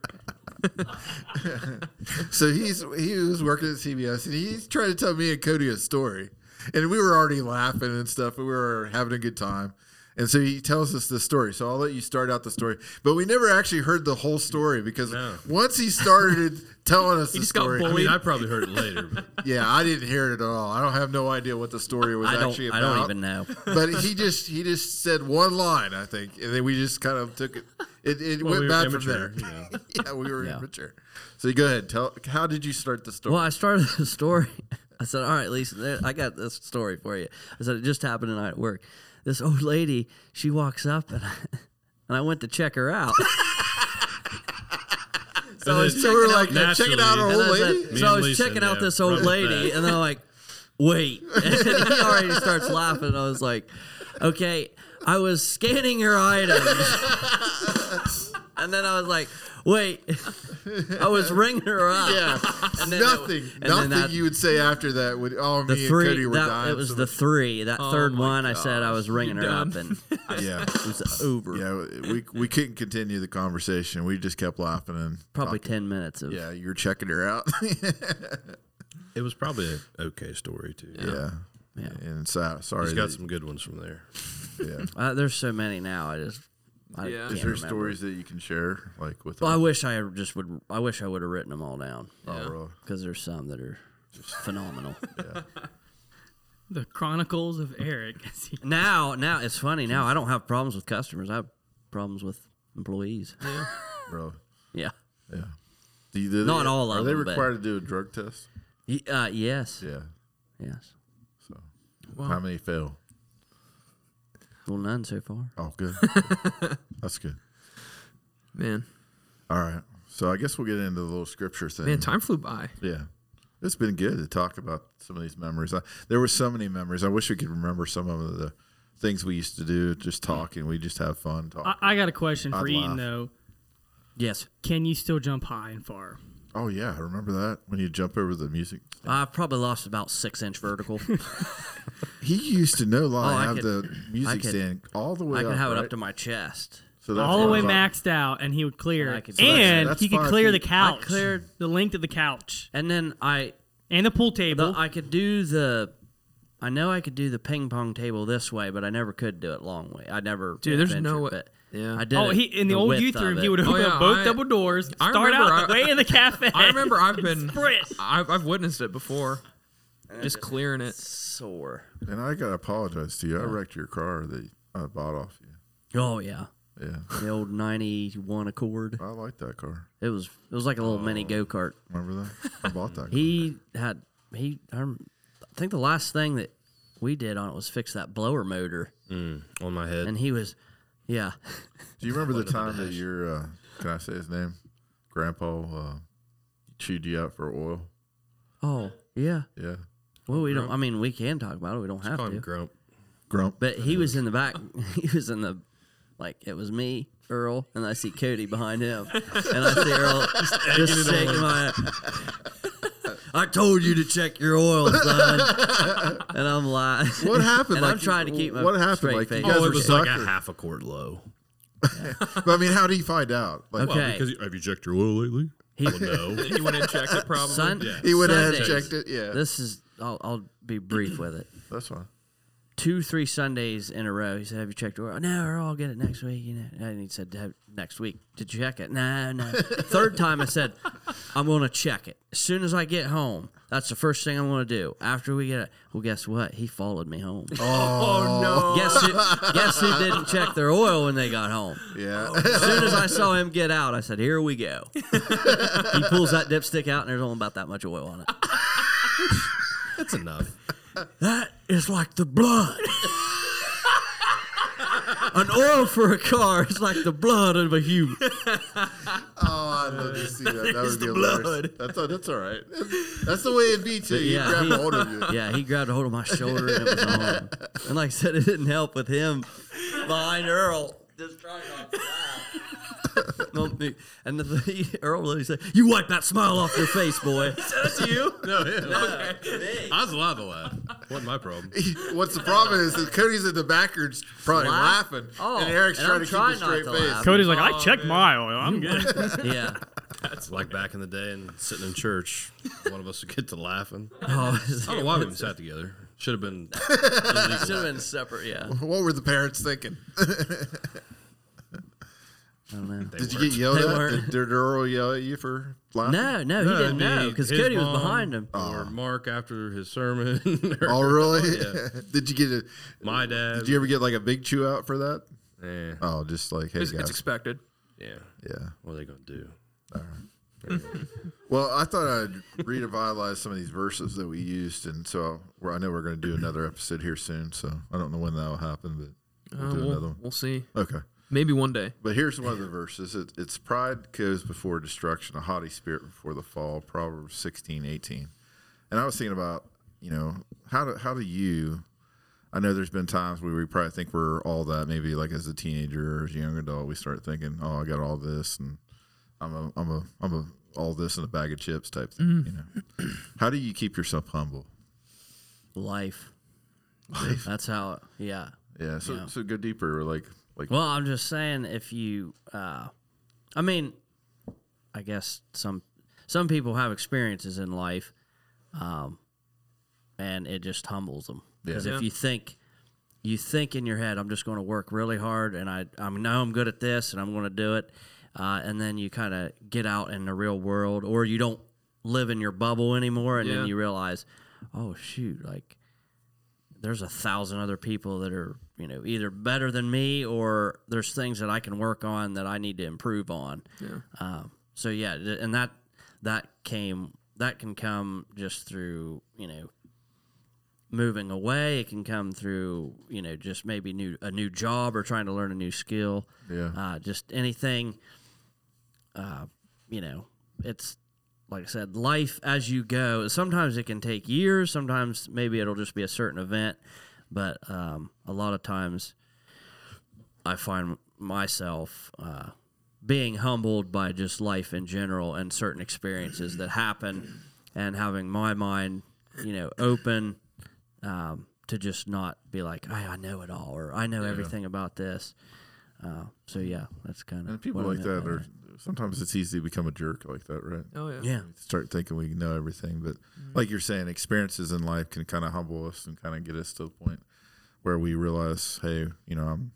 [SPEAKER 3] So he's he was working at CBS and he's trying to tell me and Cody a story, and we were already laughing and stuff, and we were having a good time. And so he tells us this story. So I'll let you start out the story, but we never actually heard the whole story because once he started telling us the
[SPEAKER 2] just got
[SPEAKER 3] story,
[SPEAKER 4] I
[SPEAKER 2] bullied.
[SPEAKER 4] mean, I probably heard it later. But
[SPEAKER 3] yeah, I didn't hear it at all. I don't have no idea what the story was
[SPEAKER 1] I don't.
[SPEAKER 3] actually
[SPEAKER 1] I
[SPEAKER 3] about.
[SPEAKER 1] don't even know.
[SPEAKER 3] but he just he just said one line, I think, and then we just kind of took it. It, it
[SPEAKER 4] Well,
[SPEAKER 3] went
[SPEAKER 4] we were
[SPEAKER 3] bad
[SPEAKER 4] immature,
[SPEAKER 3] from there.
[SPEAKER 4] you know.
[SPEAKER 3] yeah, we were
[SPEAKER 1] Yeah.
[SPEAKER 3] immature. So go ahead. Tell how did you start the story?
[SPEAKER 1] Well, I started the story. I said, "All right, Lisa, there, I got this story for you." I said, "It just happened tonight at work. This old lady, she walks up, and I, and I went to check her out.
[SPEAKER 4] so
[SPEAKER 3] so we were like, yeah, check it out,
[SPEAKER 1] And
[SPEAKER 3] old
[SPEAKER 4] Naturally.
[SPEAKER 1] I was
[SPEAKER 3] lady.
[SPEAKER 1] like-
[SPEAKER 4] Me
[SPEAKER 1] so I
[SPEAKER 4] and
[SPEAKER 1] was
[SPEAKER 4] Lisa,
[SPEAKER 1] checking out
[SPEAKER 4] yeah,
[SPEAKER 1] this old
[SPEAKER 4] right
[SPEAKER 1] lady,
[SPEAKER 4] back.
[SPEAKER 1] and then I'm like, wait. And he already starts laughing. I was like, okay, I was scanning your items. and then I was like, wait, I was ringing her up.
[SPEAKER 3] yeah,
[SPEAKER 1] And then it-
[SPEAKER 3] nothing,
[SPEAKER 1] and then
[SPEAKER 3] nothing
[SPEAKER 1] that-
[SPEAKER 3] you would say after that would. Oh, me
[SPEAKER 1] the
[SPEAKER 3] and
[SPEAKER 1] three,
[SPEAKER 3] Cody were
[SPEAKER 1] that,
[SPEAKER 3] dying.
[SPEAKER 1] it was
[SPEAKER 3] so
[SPEAKER 1] the three. That
[SPEAKER 3] Oh
[SPEAKER 1] third
[SPEAKER 2] my
[SPEAKER 1] one, I said I was ringing her
[SPEAKER 2] done.
[SPEAKER 1] up, and
[SPEAKER 3] much. yeah,
[SPEAKER 1] it was over.
[SPEAKER 3] yeah. We we couldn't continue the conversation. We just kept laughing and
[SPEAKER 1] Probably ten minutes of
[SPEAKER 3] yeah, you were checking her out.
[SPEAKER 4] It was probably an okay story too.
[SPEAKER 3] yeah.
[SPEAKER 1] Yeah.
[SPEAKER 3] and so, sorry.
[SPEAKER 4] He's got
[SPEAKER 3] that-
[SPEAKER 4] some good ones from there.
[SPEAKER 3] yeah.
[SPEAKER 1] Uh, there's so many now. I just, I
[SPEAKER 2] Yeah.
[SPEAKER 1] can't
[SPEAKER 3] Is there
[SPEAKER 1] remember.
[SPEAKER 3] stories that you can share, like with?
[SPEAKER 1] Well, I
[SPEAKER 3] us?
[SPEAKER 1] wish I just would. I wish I would have written them all down
[SPEAKER 3] Oh, really?
[SPEAKER 1] because there's some that are phenomenal.
[SPEAKER 5] The Chronicles of Eric. See,
[SPEAKER 1] Now, now it's funny. Now I don't have problems with customers. I have problems with employees.
[SPEAKER 3] Really?
[SPEAKER 1] Yeah.
[SPEAKER 3] Yeah. Do you, do they-
[SPEAKER 1] Not all
[SPEAKER 3] are
[SPEAKER 1] of
[SPEAKER 3] they
[SPEAKER 1] them, but-
[SPEAKER 3] required to do a drug test?
[SPEAKER 1] Y- Uh, yes.
[SPEAKER 3] Yeah.
[SPEAKER 1] Yes.
[SPEAKER 3] So how many fail?
[SPEAKER 1] Well, none so far.
[SPEAKER 3] Oh, good. That's good.
[SPEAKER 2] Man,
[SPEAKER 3] All right. So I guess we'll get into the little scripture thing.
[SPEAKER 2] man, time flew by.
[SPEAKER 3] yeah. It's been good to talk about some of these memories. I, there were so many memories. I wish we could remember some of the things we used to do, just talking. We just have fun talking.
[SPEAKER 5] I, I got a question for
[SPEAKER 3] I'd
[SPEAKER 5] Ian
[SPEAKER 3] laugh.
[SPEAKER 5] though.
[SPEAKER 1] Yes.
[SPEAKER 5] Can you still jump high and far?
[SPEAKER 3] oh yeah, I remember that when you jump over the music.
[SPEAKER 1] I probably lost about six inch vertical.
[SPEAKER 3] He used to know
[SPEAKER 1] Oh,
[SPEAKER 3] lie.
[SPEAKER 1] I
[SPEAKER 3] have
[SPEAKER 1] could-
[SPEAKER 3] the music
[SPEAKER 1] could-
[SPEAKER 3] stand all the way.
[SPEAKER 1] I
[SPEAKER 3] up,
[SPEAKER 1] could have it
[SPEAKER 3] right?
[SPEAKER 1] up to my chest.
[SPEAKER 3] so that's
[SPEAKER 5] All the
[SPEAKER 3] why
[SPEAKER 5] way
[SPEAKER 3] I was like,
[SPEAKER 5] maxed out, and he would clear,
[SPEAKER 1] I
[SPEAKER 5] it.
[SPEAKER 1] could- So that's-
[SPEAKER 5] and
[SPEAKER 3] that's
[SPEAKER 5] he could
[SPEAKER 3] five
[SPEAKER 5] clear the
[SPEAKER 3] feet.
[SPEAKER 5] couch,
[SPEAKER 1] cleared-
[SPEAKER 5] the length of the couch,
[SPEAKER 1] And then I,
[SPEAKER 5] and the pool table.
[SPEAKER 1] the, I could do the. I know I could do the ping pong table this way, but I never could do it long way. I never.
[SPEAKER 2] Dude, there's
[SPEAKER 1] ventured,
[SPEAKER 2] no way-
[SPEAKER 1] But
[SPEAKER 2] yeah.
[SPEAKER 1] I did.
[SPEAKER 5] oh,
[SPEAKER 1] it
[SPEAKER 5] he in the, old
[SPEAKER 1] width
[SPEAKER 5] youth
[SPEAKER 1] of
[SPEAKER 5] room, he
[SPEAKER 1] it.
[SPEAKER 5] would open
[SPEAKER 2] Oh, yeah,
[SPEAKER 5] up both
[SPEAKER 2] I-
[SPEAKER 5] double doors,
[SPEAKER 2] I
[SPEAKER 5] start out
[SPEAKER 2] remember
[SPEAKER 5] the
[SPEAKER 2] I-
[SPEAKER 5] way in the cafe.
[SPEAKER 2] I remember I've been,
[SPEAKER 5] Express.
[SPEAKER 2] I've, I've witnessed it before. Just clearing it.
[SPEAKER 1] sore.
[SPEAKER 3] And I gotta apologize to you. I wrecked your car that I bought off you.
[SPEAKER 1] Oh yeah,
[SPEAKER 3] Yeah,
[SPEAKER 1] the old '91 Accord.
[SPEAKER 3] I like that car.
[SPEAKER 1] It was it was like a little mini go kart.
[SPEAKER 3] Remember that? I bought that. car.
[SPEAKER 1] He had he. I rem- I think the last thing that we did on it was fix that blower motor,
[SPEAKER 4] Mm, On my head.
[SPEAKER 1] and he was, yeah,
[SPEAKER 3] Do you remember the time that your uh, can I say his name? Grandpa uh, chewed you out for oil.
[SPEAKER 1] oh yeah.
[SPEAKER 3] Yeah,
[SPEAKER 1] Well, we don't. I mean, we can talk about it. We don't have
[SPEAKER 4] Call him
[SPEAKER 1] to.
[SPEAKER 4] Grump.
[SPEAKER 3] Grump.
[SPEAKER 1] But he was in the back. He was in the, like it was me, Earl, and I see Cody behind him, and I see Earl just shaking my. I told you to check your oil, son, and I'm lying.
[SPEAKER 3] What happened?
[SPEAKER 1] And
[SPEAKER 3] like,
[SPEAKER 1] I'm trying to keep my
[SPEAKER 3] what happened?
[SPEAKER 1] straight
[SPEAKER 3] Like you
[SPEAKER 1] face.
[SPEAKER 3] guys
[SPEAKER 4] Oh, it
[SPEAKER 3] were
[SPEAKER 4] was
[SPEAKER 3] stuck.
[SPEAKER 4] like a half a quart low.
[SPEAKER 3] but, I mean, how do you find out? Like
[SPEAKER 1] Okay.
[SPEAKER 4] Because you- have you checked your oil lately?
[SPEAKER 1] He-
[SPEAKER 4] well, no.
[SPEAKER 2] You went and checked it probably.
[SPEAKER 1] Sun-
[SPEAKER 3] he went ahead and
[SPEAKER 1] Sundays.
[SPEAKER 3] checked it. Yeah,
[SPEAKER 1] This is. I'll, I'll be brief with it.
[SPEAKER 3] that's fine.
[SPEAKER 1] Two, three Sundays in a row, he said, "Have you checked your oil?" No, Earl, I'll get it next week. You know, and he said, "Have- "Next week, did you check it?" No, no. Third time, I said, "I'm going to check it as soon as I get home." That's the first thing I'm going to do after we get it. Well, guess what? He followed me home.
[SPEAKER 2] Oh, no.
[SPEAKER 1] Guess who? guess who didn't check their oil when they got home?
[SPEAKER 3] Oh, Yeah,
[SPEAKER 1] As soon as I saw him get out, I said, "Here we go." he pulls that dipstick out, and there's only about that much oil on it.
[SPEAKER 4] That's enough.
[SPEAKER 1] That is like the blood. An oil for a car is like the blood of a human.
[SPEAKER 3] Oh, I'd love to see that. That would be blood. That's all, that's all right. That's the way it be too. You
[SPEAKER 1] yeah,
[SPEAKER 3] grab
[SPEAKER 1] he-
[SPEAKER 3] a hold of you.
[SPEAKER 1] Yeah, he grabbed a hold of my shoulder and it was on. And like I said, it didn't help with him behind Earl. Just trying not to laugh. No, me- And the, the Earl literally said, "You wipe that smile off your face, boy."
[SPEAKER 2] That's you.
[SPEAKER 4] No, yeah. I was allowed to laugh. Wasn't my problem.
[SPEAKER 3] What's the problem is that Cody's in the backwards, probably
[SPEAKER 1] Laugh?
[SPEAKER 3] laughing,
[SPEAKER 1] Oh,
[SPEAKER 3] and Eric's
[SPEAKER 1] and I'm
[SPEAKER 3] trying
[SPEAKER 1] trying
[SPEAKER 3] to keep
[SPEAKER 1] not
[SPEAKER 3] a straight
[SPEAKER 1] to
[SPEAKER 3] face.
[SPEAKER 1] laugh.
[SPEAKER 5] Cody's like,
[SPEAKER 1] Oh,
[SPEAKER 5] I checked my oil. I'm good.
[SPEAKER 1] Yeah.
[SPEAKER 4] It's like back in the day and sitting in church, one of us would get to laughing. I
[SPEAKER 1] Oh,
[SPEAKER 4] don't know why we even sat together. Should have been.
[SPEAKER 1] Should have been separate. Yeah.
[SPEAKER 3] What were the parents thinking?
[SPEAKER 1] I don't know.
[SPEAKER 3] Did you get yelled
[SPEAKER 1] Oh, They
[SPEAKER 3] at?
[SPEAKER 1] weren't.
[SPEAKER 3] Did, did Earl yell at you for laughing?
[SPEAKER 1] No, no, he didn't know because
[SPEAKER 4] his
[SPEAKER 1] Cody was
[SPEAKER 4] mom
[SPEAKER 1] behind him.
[SPEAKER 4] Or Mark after his sermon. or
[SPEAKER 3] Oh, really? did you get a?
[SPEAKER 4] my dad.
[SPEAKER 3] Did you ever get like a big chew out for that?
[SPEAKER 4] Eh,
[SPEAKER 3] Oh, just like hey
[SPEAKER 2] It's, it's
[SPEAKER 3] guys,
[SPEAKER 2] expected.
[SPEAKER 4] yeah.
[SPEAKER 3] yeah.
[SPEAKER 4] What are they gonna do?
[SPEAKER 3] Well, I thought I'd revitalize some of these verses that we used, and so well, I know we're going to do another episode here soon. So I don't know when that will happen, but we'll
[SPEAKER 2] Uh,
[SPEAKER 3] do
[SPEAKER 2] we'll,
[SPEAKER 3] another one.
[SPEAKER 2] we'll see.
[SPEAKER 3] Okay.
[SPEAKER 2] Maybe one day.
[SPEAKER 3] But here's one of the verses. It, it's pride goes before destruction, a haughty spirit before the fall. Proverbs 16, 18. And I was thinking about, you know, how do, how do you, I know there's been times where we probably think we're all that. Maybe like as a teenager or as a young adult, we start thinking, oh, I got all this and I'm a, I'm a, I'm a, all this in a bag of chips type thing, you know. How do you keep yourself humble?
[SPEAKER 1] Life. That's how. Yeah.
[SPEAKER 3] Yeah. So, so go deeper. Like, like,
[SPEAKER 1] Well, I'm just saying if you, uh, I mean, I guess some some people have experiences in life, um, and it just humbles them because
[SPEAKER 2] Yeah.
[SPEAKER 1] if you think you think in your head, I'm just going to work really hard, and I I know I'm good at this, and I'm going to do it, uh, and then you kind of get out in the real world, or you don't live in your bubble anymore, and
[SPEAKER 2] Yeah.
[SPEAKER 1] then you realize, oh shoot, like there's a thousand other people that are you know either better than me or there's things that I can work on that I need to improve on. Yeah. Um, so yeah, th- and that that came that can come just through you know moving away. It can come through you know just maybe new a new job or trying to learn a new skill.
[SPEAKER 3] Yeah.
[SPEAKER 1] Uh, just anything. Uh, you know, it's like I said, life as you go. Sometimes it can take years. Sometimes maybe it'll just be a certain event, but um, a lot of times I find myself uh, being humbled by just life in general and certain experiences that happen, and having my mind, you know, open um, to just not be like, I, I know it all or I know everything about this. Uh, so yeah, that's kind of
[SPEAKER 3] and people like that are, sometimes it's easy to become a jerk like that, right?
[SPEAKER 2] Oh yeah.
[SPEAKER 1] yeah.
[SPEAKER 3] start thinking we know everything. But
[SPEAKER 2] Mm-hmm.
[SPEAKER 3] like you're saying, experiences in life can kind of humble us and kind of get us to the point where we realize, hey, you know, I'm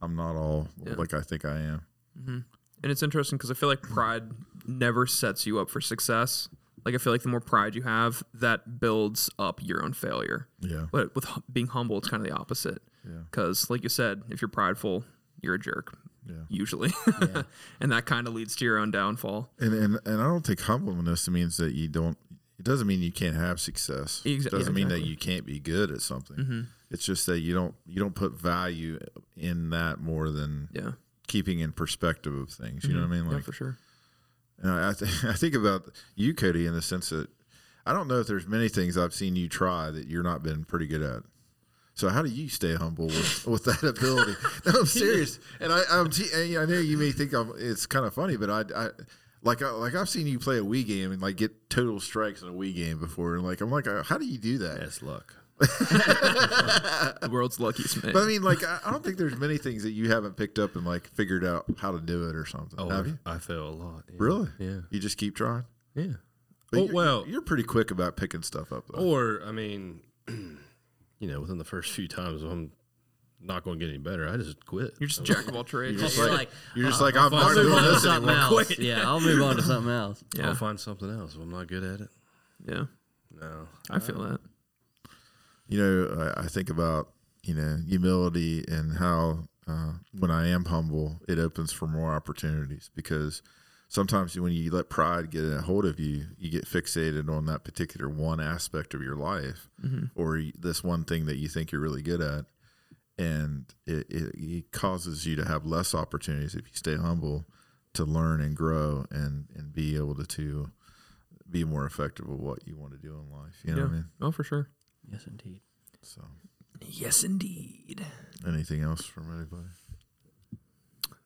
[SPEAKER 3] I'm not all like I think I am.
[SPEAKER 2] And it's interesting because I feel like pride never sets you up for success. Like I feel like the more pride you have, that builds up your own failure.
[SPEAKER 3] Yeah.
[SPEAKER 2] But with hu- being humble, it's kind of the opposite. Because, like you said, if you're prideful, you're a jerk.
[SPEAKER 3] Yeah.
[SPEAKER 2] Usually, and that kind of leads to your own downfall.
[SPEAKER 3] And and and I don't think humbleness means that you don't. It doesn't mean you can't have success.
[SPEAKER 2] Exa-
[SPEAKER 3] it doesn't
[SPEAKER 2] yeah, Mm-hmm.
[SPEAKER 3] mean that you can't be good at something. It's just that you don't you don't put value in that more than
[SPEAKER 2] Yeah,
[SPEAKER 3] keeping in perspective of things. You know what I mean?
[SPEAKER 2] yeah,
[SPEAKER 3] Like
[SPEAKER 2] for sure.
[SPEAKER 3] And I, I, th- I think about you, Cody, in the sense that I don't know if there's many things I've seen you try that you're not been pretty good at. So how do you stay humble with, with that ability? No, I'm serious, and I, I'm. Te- and I know you may think I'm, it's kind of funny, but I, I like I, like I've seen you play a Wii game and like get total strikes in a Wii game before, and like I'm like, how do you do that?
[SPEAKER 4] That's luck.
[SPEAKER 2] The world's luckiest man.
[SPEAKER 3] But I mean, like I, I don't think there's many things that you haven't picked up and like figured out how to do it or something.
[SPEAKER 4] Oh,
[SPEAKER 3] have you?
[SPEAKER 4] I fail a lot. yeah.
[SPEAKER 3] Really?
[SPEAKER 4] Yeah.
[SPEAKER 3] You just keep trying.
[SPEAKER 4] Yeah.
[SPEAKER 3] But
[SPEAKER 4] oh
[SPEAKER 3] you're-
[SPEAKER 4] well. Oh,
[SPEAKER 3] you're pretty quick about picking stuff up. Though.
[SPEAKER 4] Or I mean, you know, within the first few times, I'm not going to get any better. I just quit.
[SPEAKER 2] you're just a jack of all trades.
[SPEAKER 1] Just like,
[SPEAKER 3] You're
[SPEAKER 4] uh,
[SPEAKER 3] just like I'm
[SPEAKER 1] I'll
[SPEAKER 3] not
[SPEAKER 1] move
[SPEAKER 3] doing
[SPEAKER 1] on to
[SPEAKER 3] this
[SPEAKER 1] something
[SPEAKER 3] anymore.
[SPEAKER 1] else. Yeah, I'll move on to something else.
[SPEAKER 2] Yeah.
[SPEAKER 4] I'll find something else. If I'm not good at it.
[SPEAKER 2] yeah,
[SPEAKER 4] No.
[SPEAKER 2] I feel that.
[SPEAKER 3] You know, I, I think about you know humility and how uh, when I am humble, it opens for more opportunities because sometimes when you let pride get a hold of you, you get fixated on that particular one aspect of your life or y- this one thing that you think you're really good at. And it, it, it causes you to have less opportunities if you stay humble to learn and grow and, and be able to, to be more effective with what you want to do in life. You know
[SPEAKER 2] Yeah.
[SPEAKER 3] what I mean?
[SPEAKER 2] Oh, for sure.
[SPEAKER 1] Yes, indeed.
[SPEAKER 3] So,
[SPEAKER 2] Yes, indeed.
[SPEAKER 3] anything else from anybody?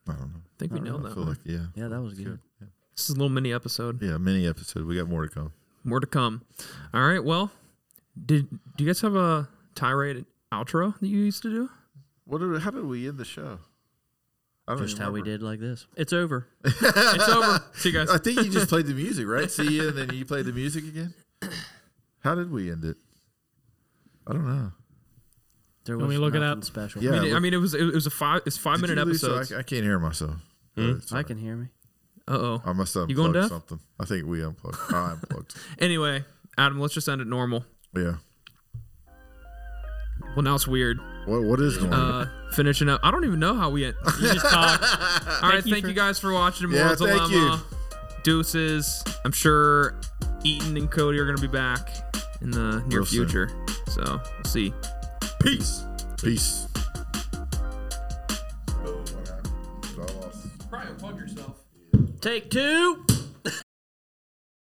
[SPEAKER 3] I don't know.
[SPEAKER 2] I think we nailed
[SPEAKER 3] I
[SPEAKER 2] that.
[SPEAKER 3] feel
[SPEAKER 2] one.
[SPEAKER 3] like, yeah.
[SPEAKER 1] Yeah, that was good.
[SPEAKER 2] This is a little mini episode.
[SPEAKER 3] Yeah, mini episode. We got more to come.
[SPEAKER 2] More to come. All right. Well, did do you guys have a tirade outro that you used to do?
[SPEAKER 3] What did, how did we end the show? I don't
[SPEAKER 1] Just
[SPEAKER 3] even
[SPEAKER 1] how we
[SPEAKER 3] remember.
[SPEAKER 1] did like this. It's over.
[SPEAKER 2] It's over. See you guys.
[SPEAKER 3] I think you just played the music, right? See you, and then you played the music again. How did we end it? I don't know.
[SPEAKER 1] There
[SPEAKER 5] Want
[SPEAKER 1] was
[SPEAKER 5] me to look it
[SPEAKER 1] nothing
[SPEAKER 5] up?
[SPEAKER 1] special.
[SPEAKER 3] Yeah,
[SPEAKER 2] I mean,
[SPEAKER 3] look-
[SPEAKER 2] I mean, it was it was a five it's five
[SPEAKER 3] Did
[SPEAKER 2] minute
[SPEAKER 3] you lose-
[SPEAKER 2] episodes.
[SPEAKER 3] I, I can't hear myself.
[SPEAKER 1] Hmm? I can hear me.
[SPEAKER 2] Uh oh.
[SPEAKER 3] I must have
[SPEAKER 2] You going deaf?
[SPEAKER 3] unplugged something. I think we unplugged. I unplugged.
[SPEAKER 2] Anyway, Adam, let's just end it normal.
[SPEAKER 3] Yeah.
[SPEAKER 2] Well, now it's weird.
[SPEAKER 3] What What is normal?
[SPEAKER 2] Uh, finishing up. I don't even know how we end.
[SPEAKER 5] You just talk.
[SPEAKER 2] All right,
[SPEAKER 5] you
[SPEAKER 2] thank
[SPEAKER 5] for-
[SPEAKER 2] you guys for watching
[SPEAKER 3] Yeah,
[SPEAKER 2] Moral
[SPEAKER 3] thank
[SPEAKER 2] Dilemma. Deuces. I'm sure Eaton and Cody are gonna be back in the near
[SPEAKER 3] Real soon.
[SPEAKER 2] future. So we'll see.
[SPEAKER 3] Peace.
[SPEAKER 1] Uh,
[SPEAKER 3] Peace. Oh, I
[SPEAKER 1] uh,
[SPEAKER 3] lost.
[SPEAKER 2] Probably unplug yourself.
[SPEAKER 1] Take two.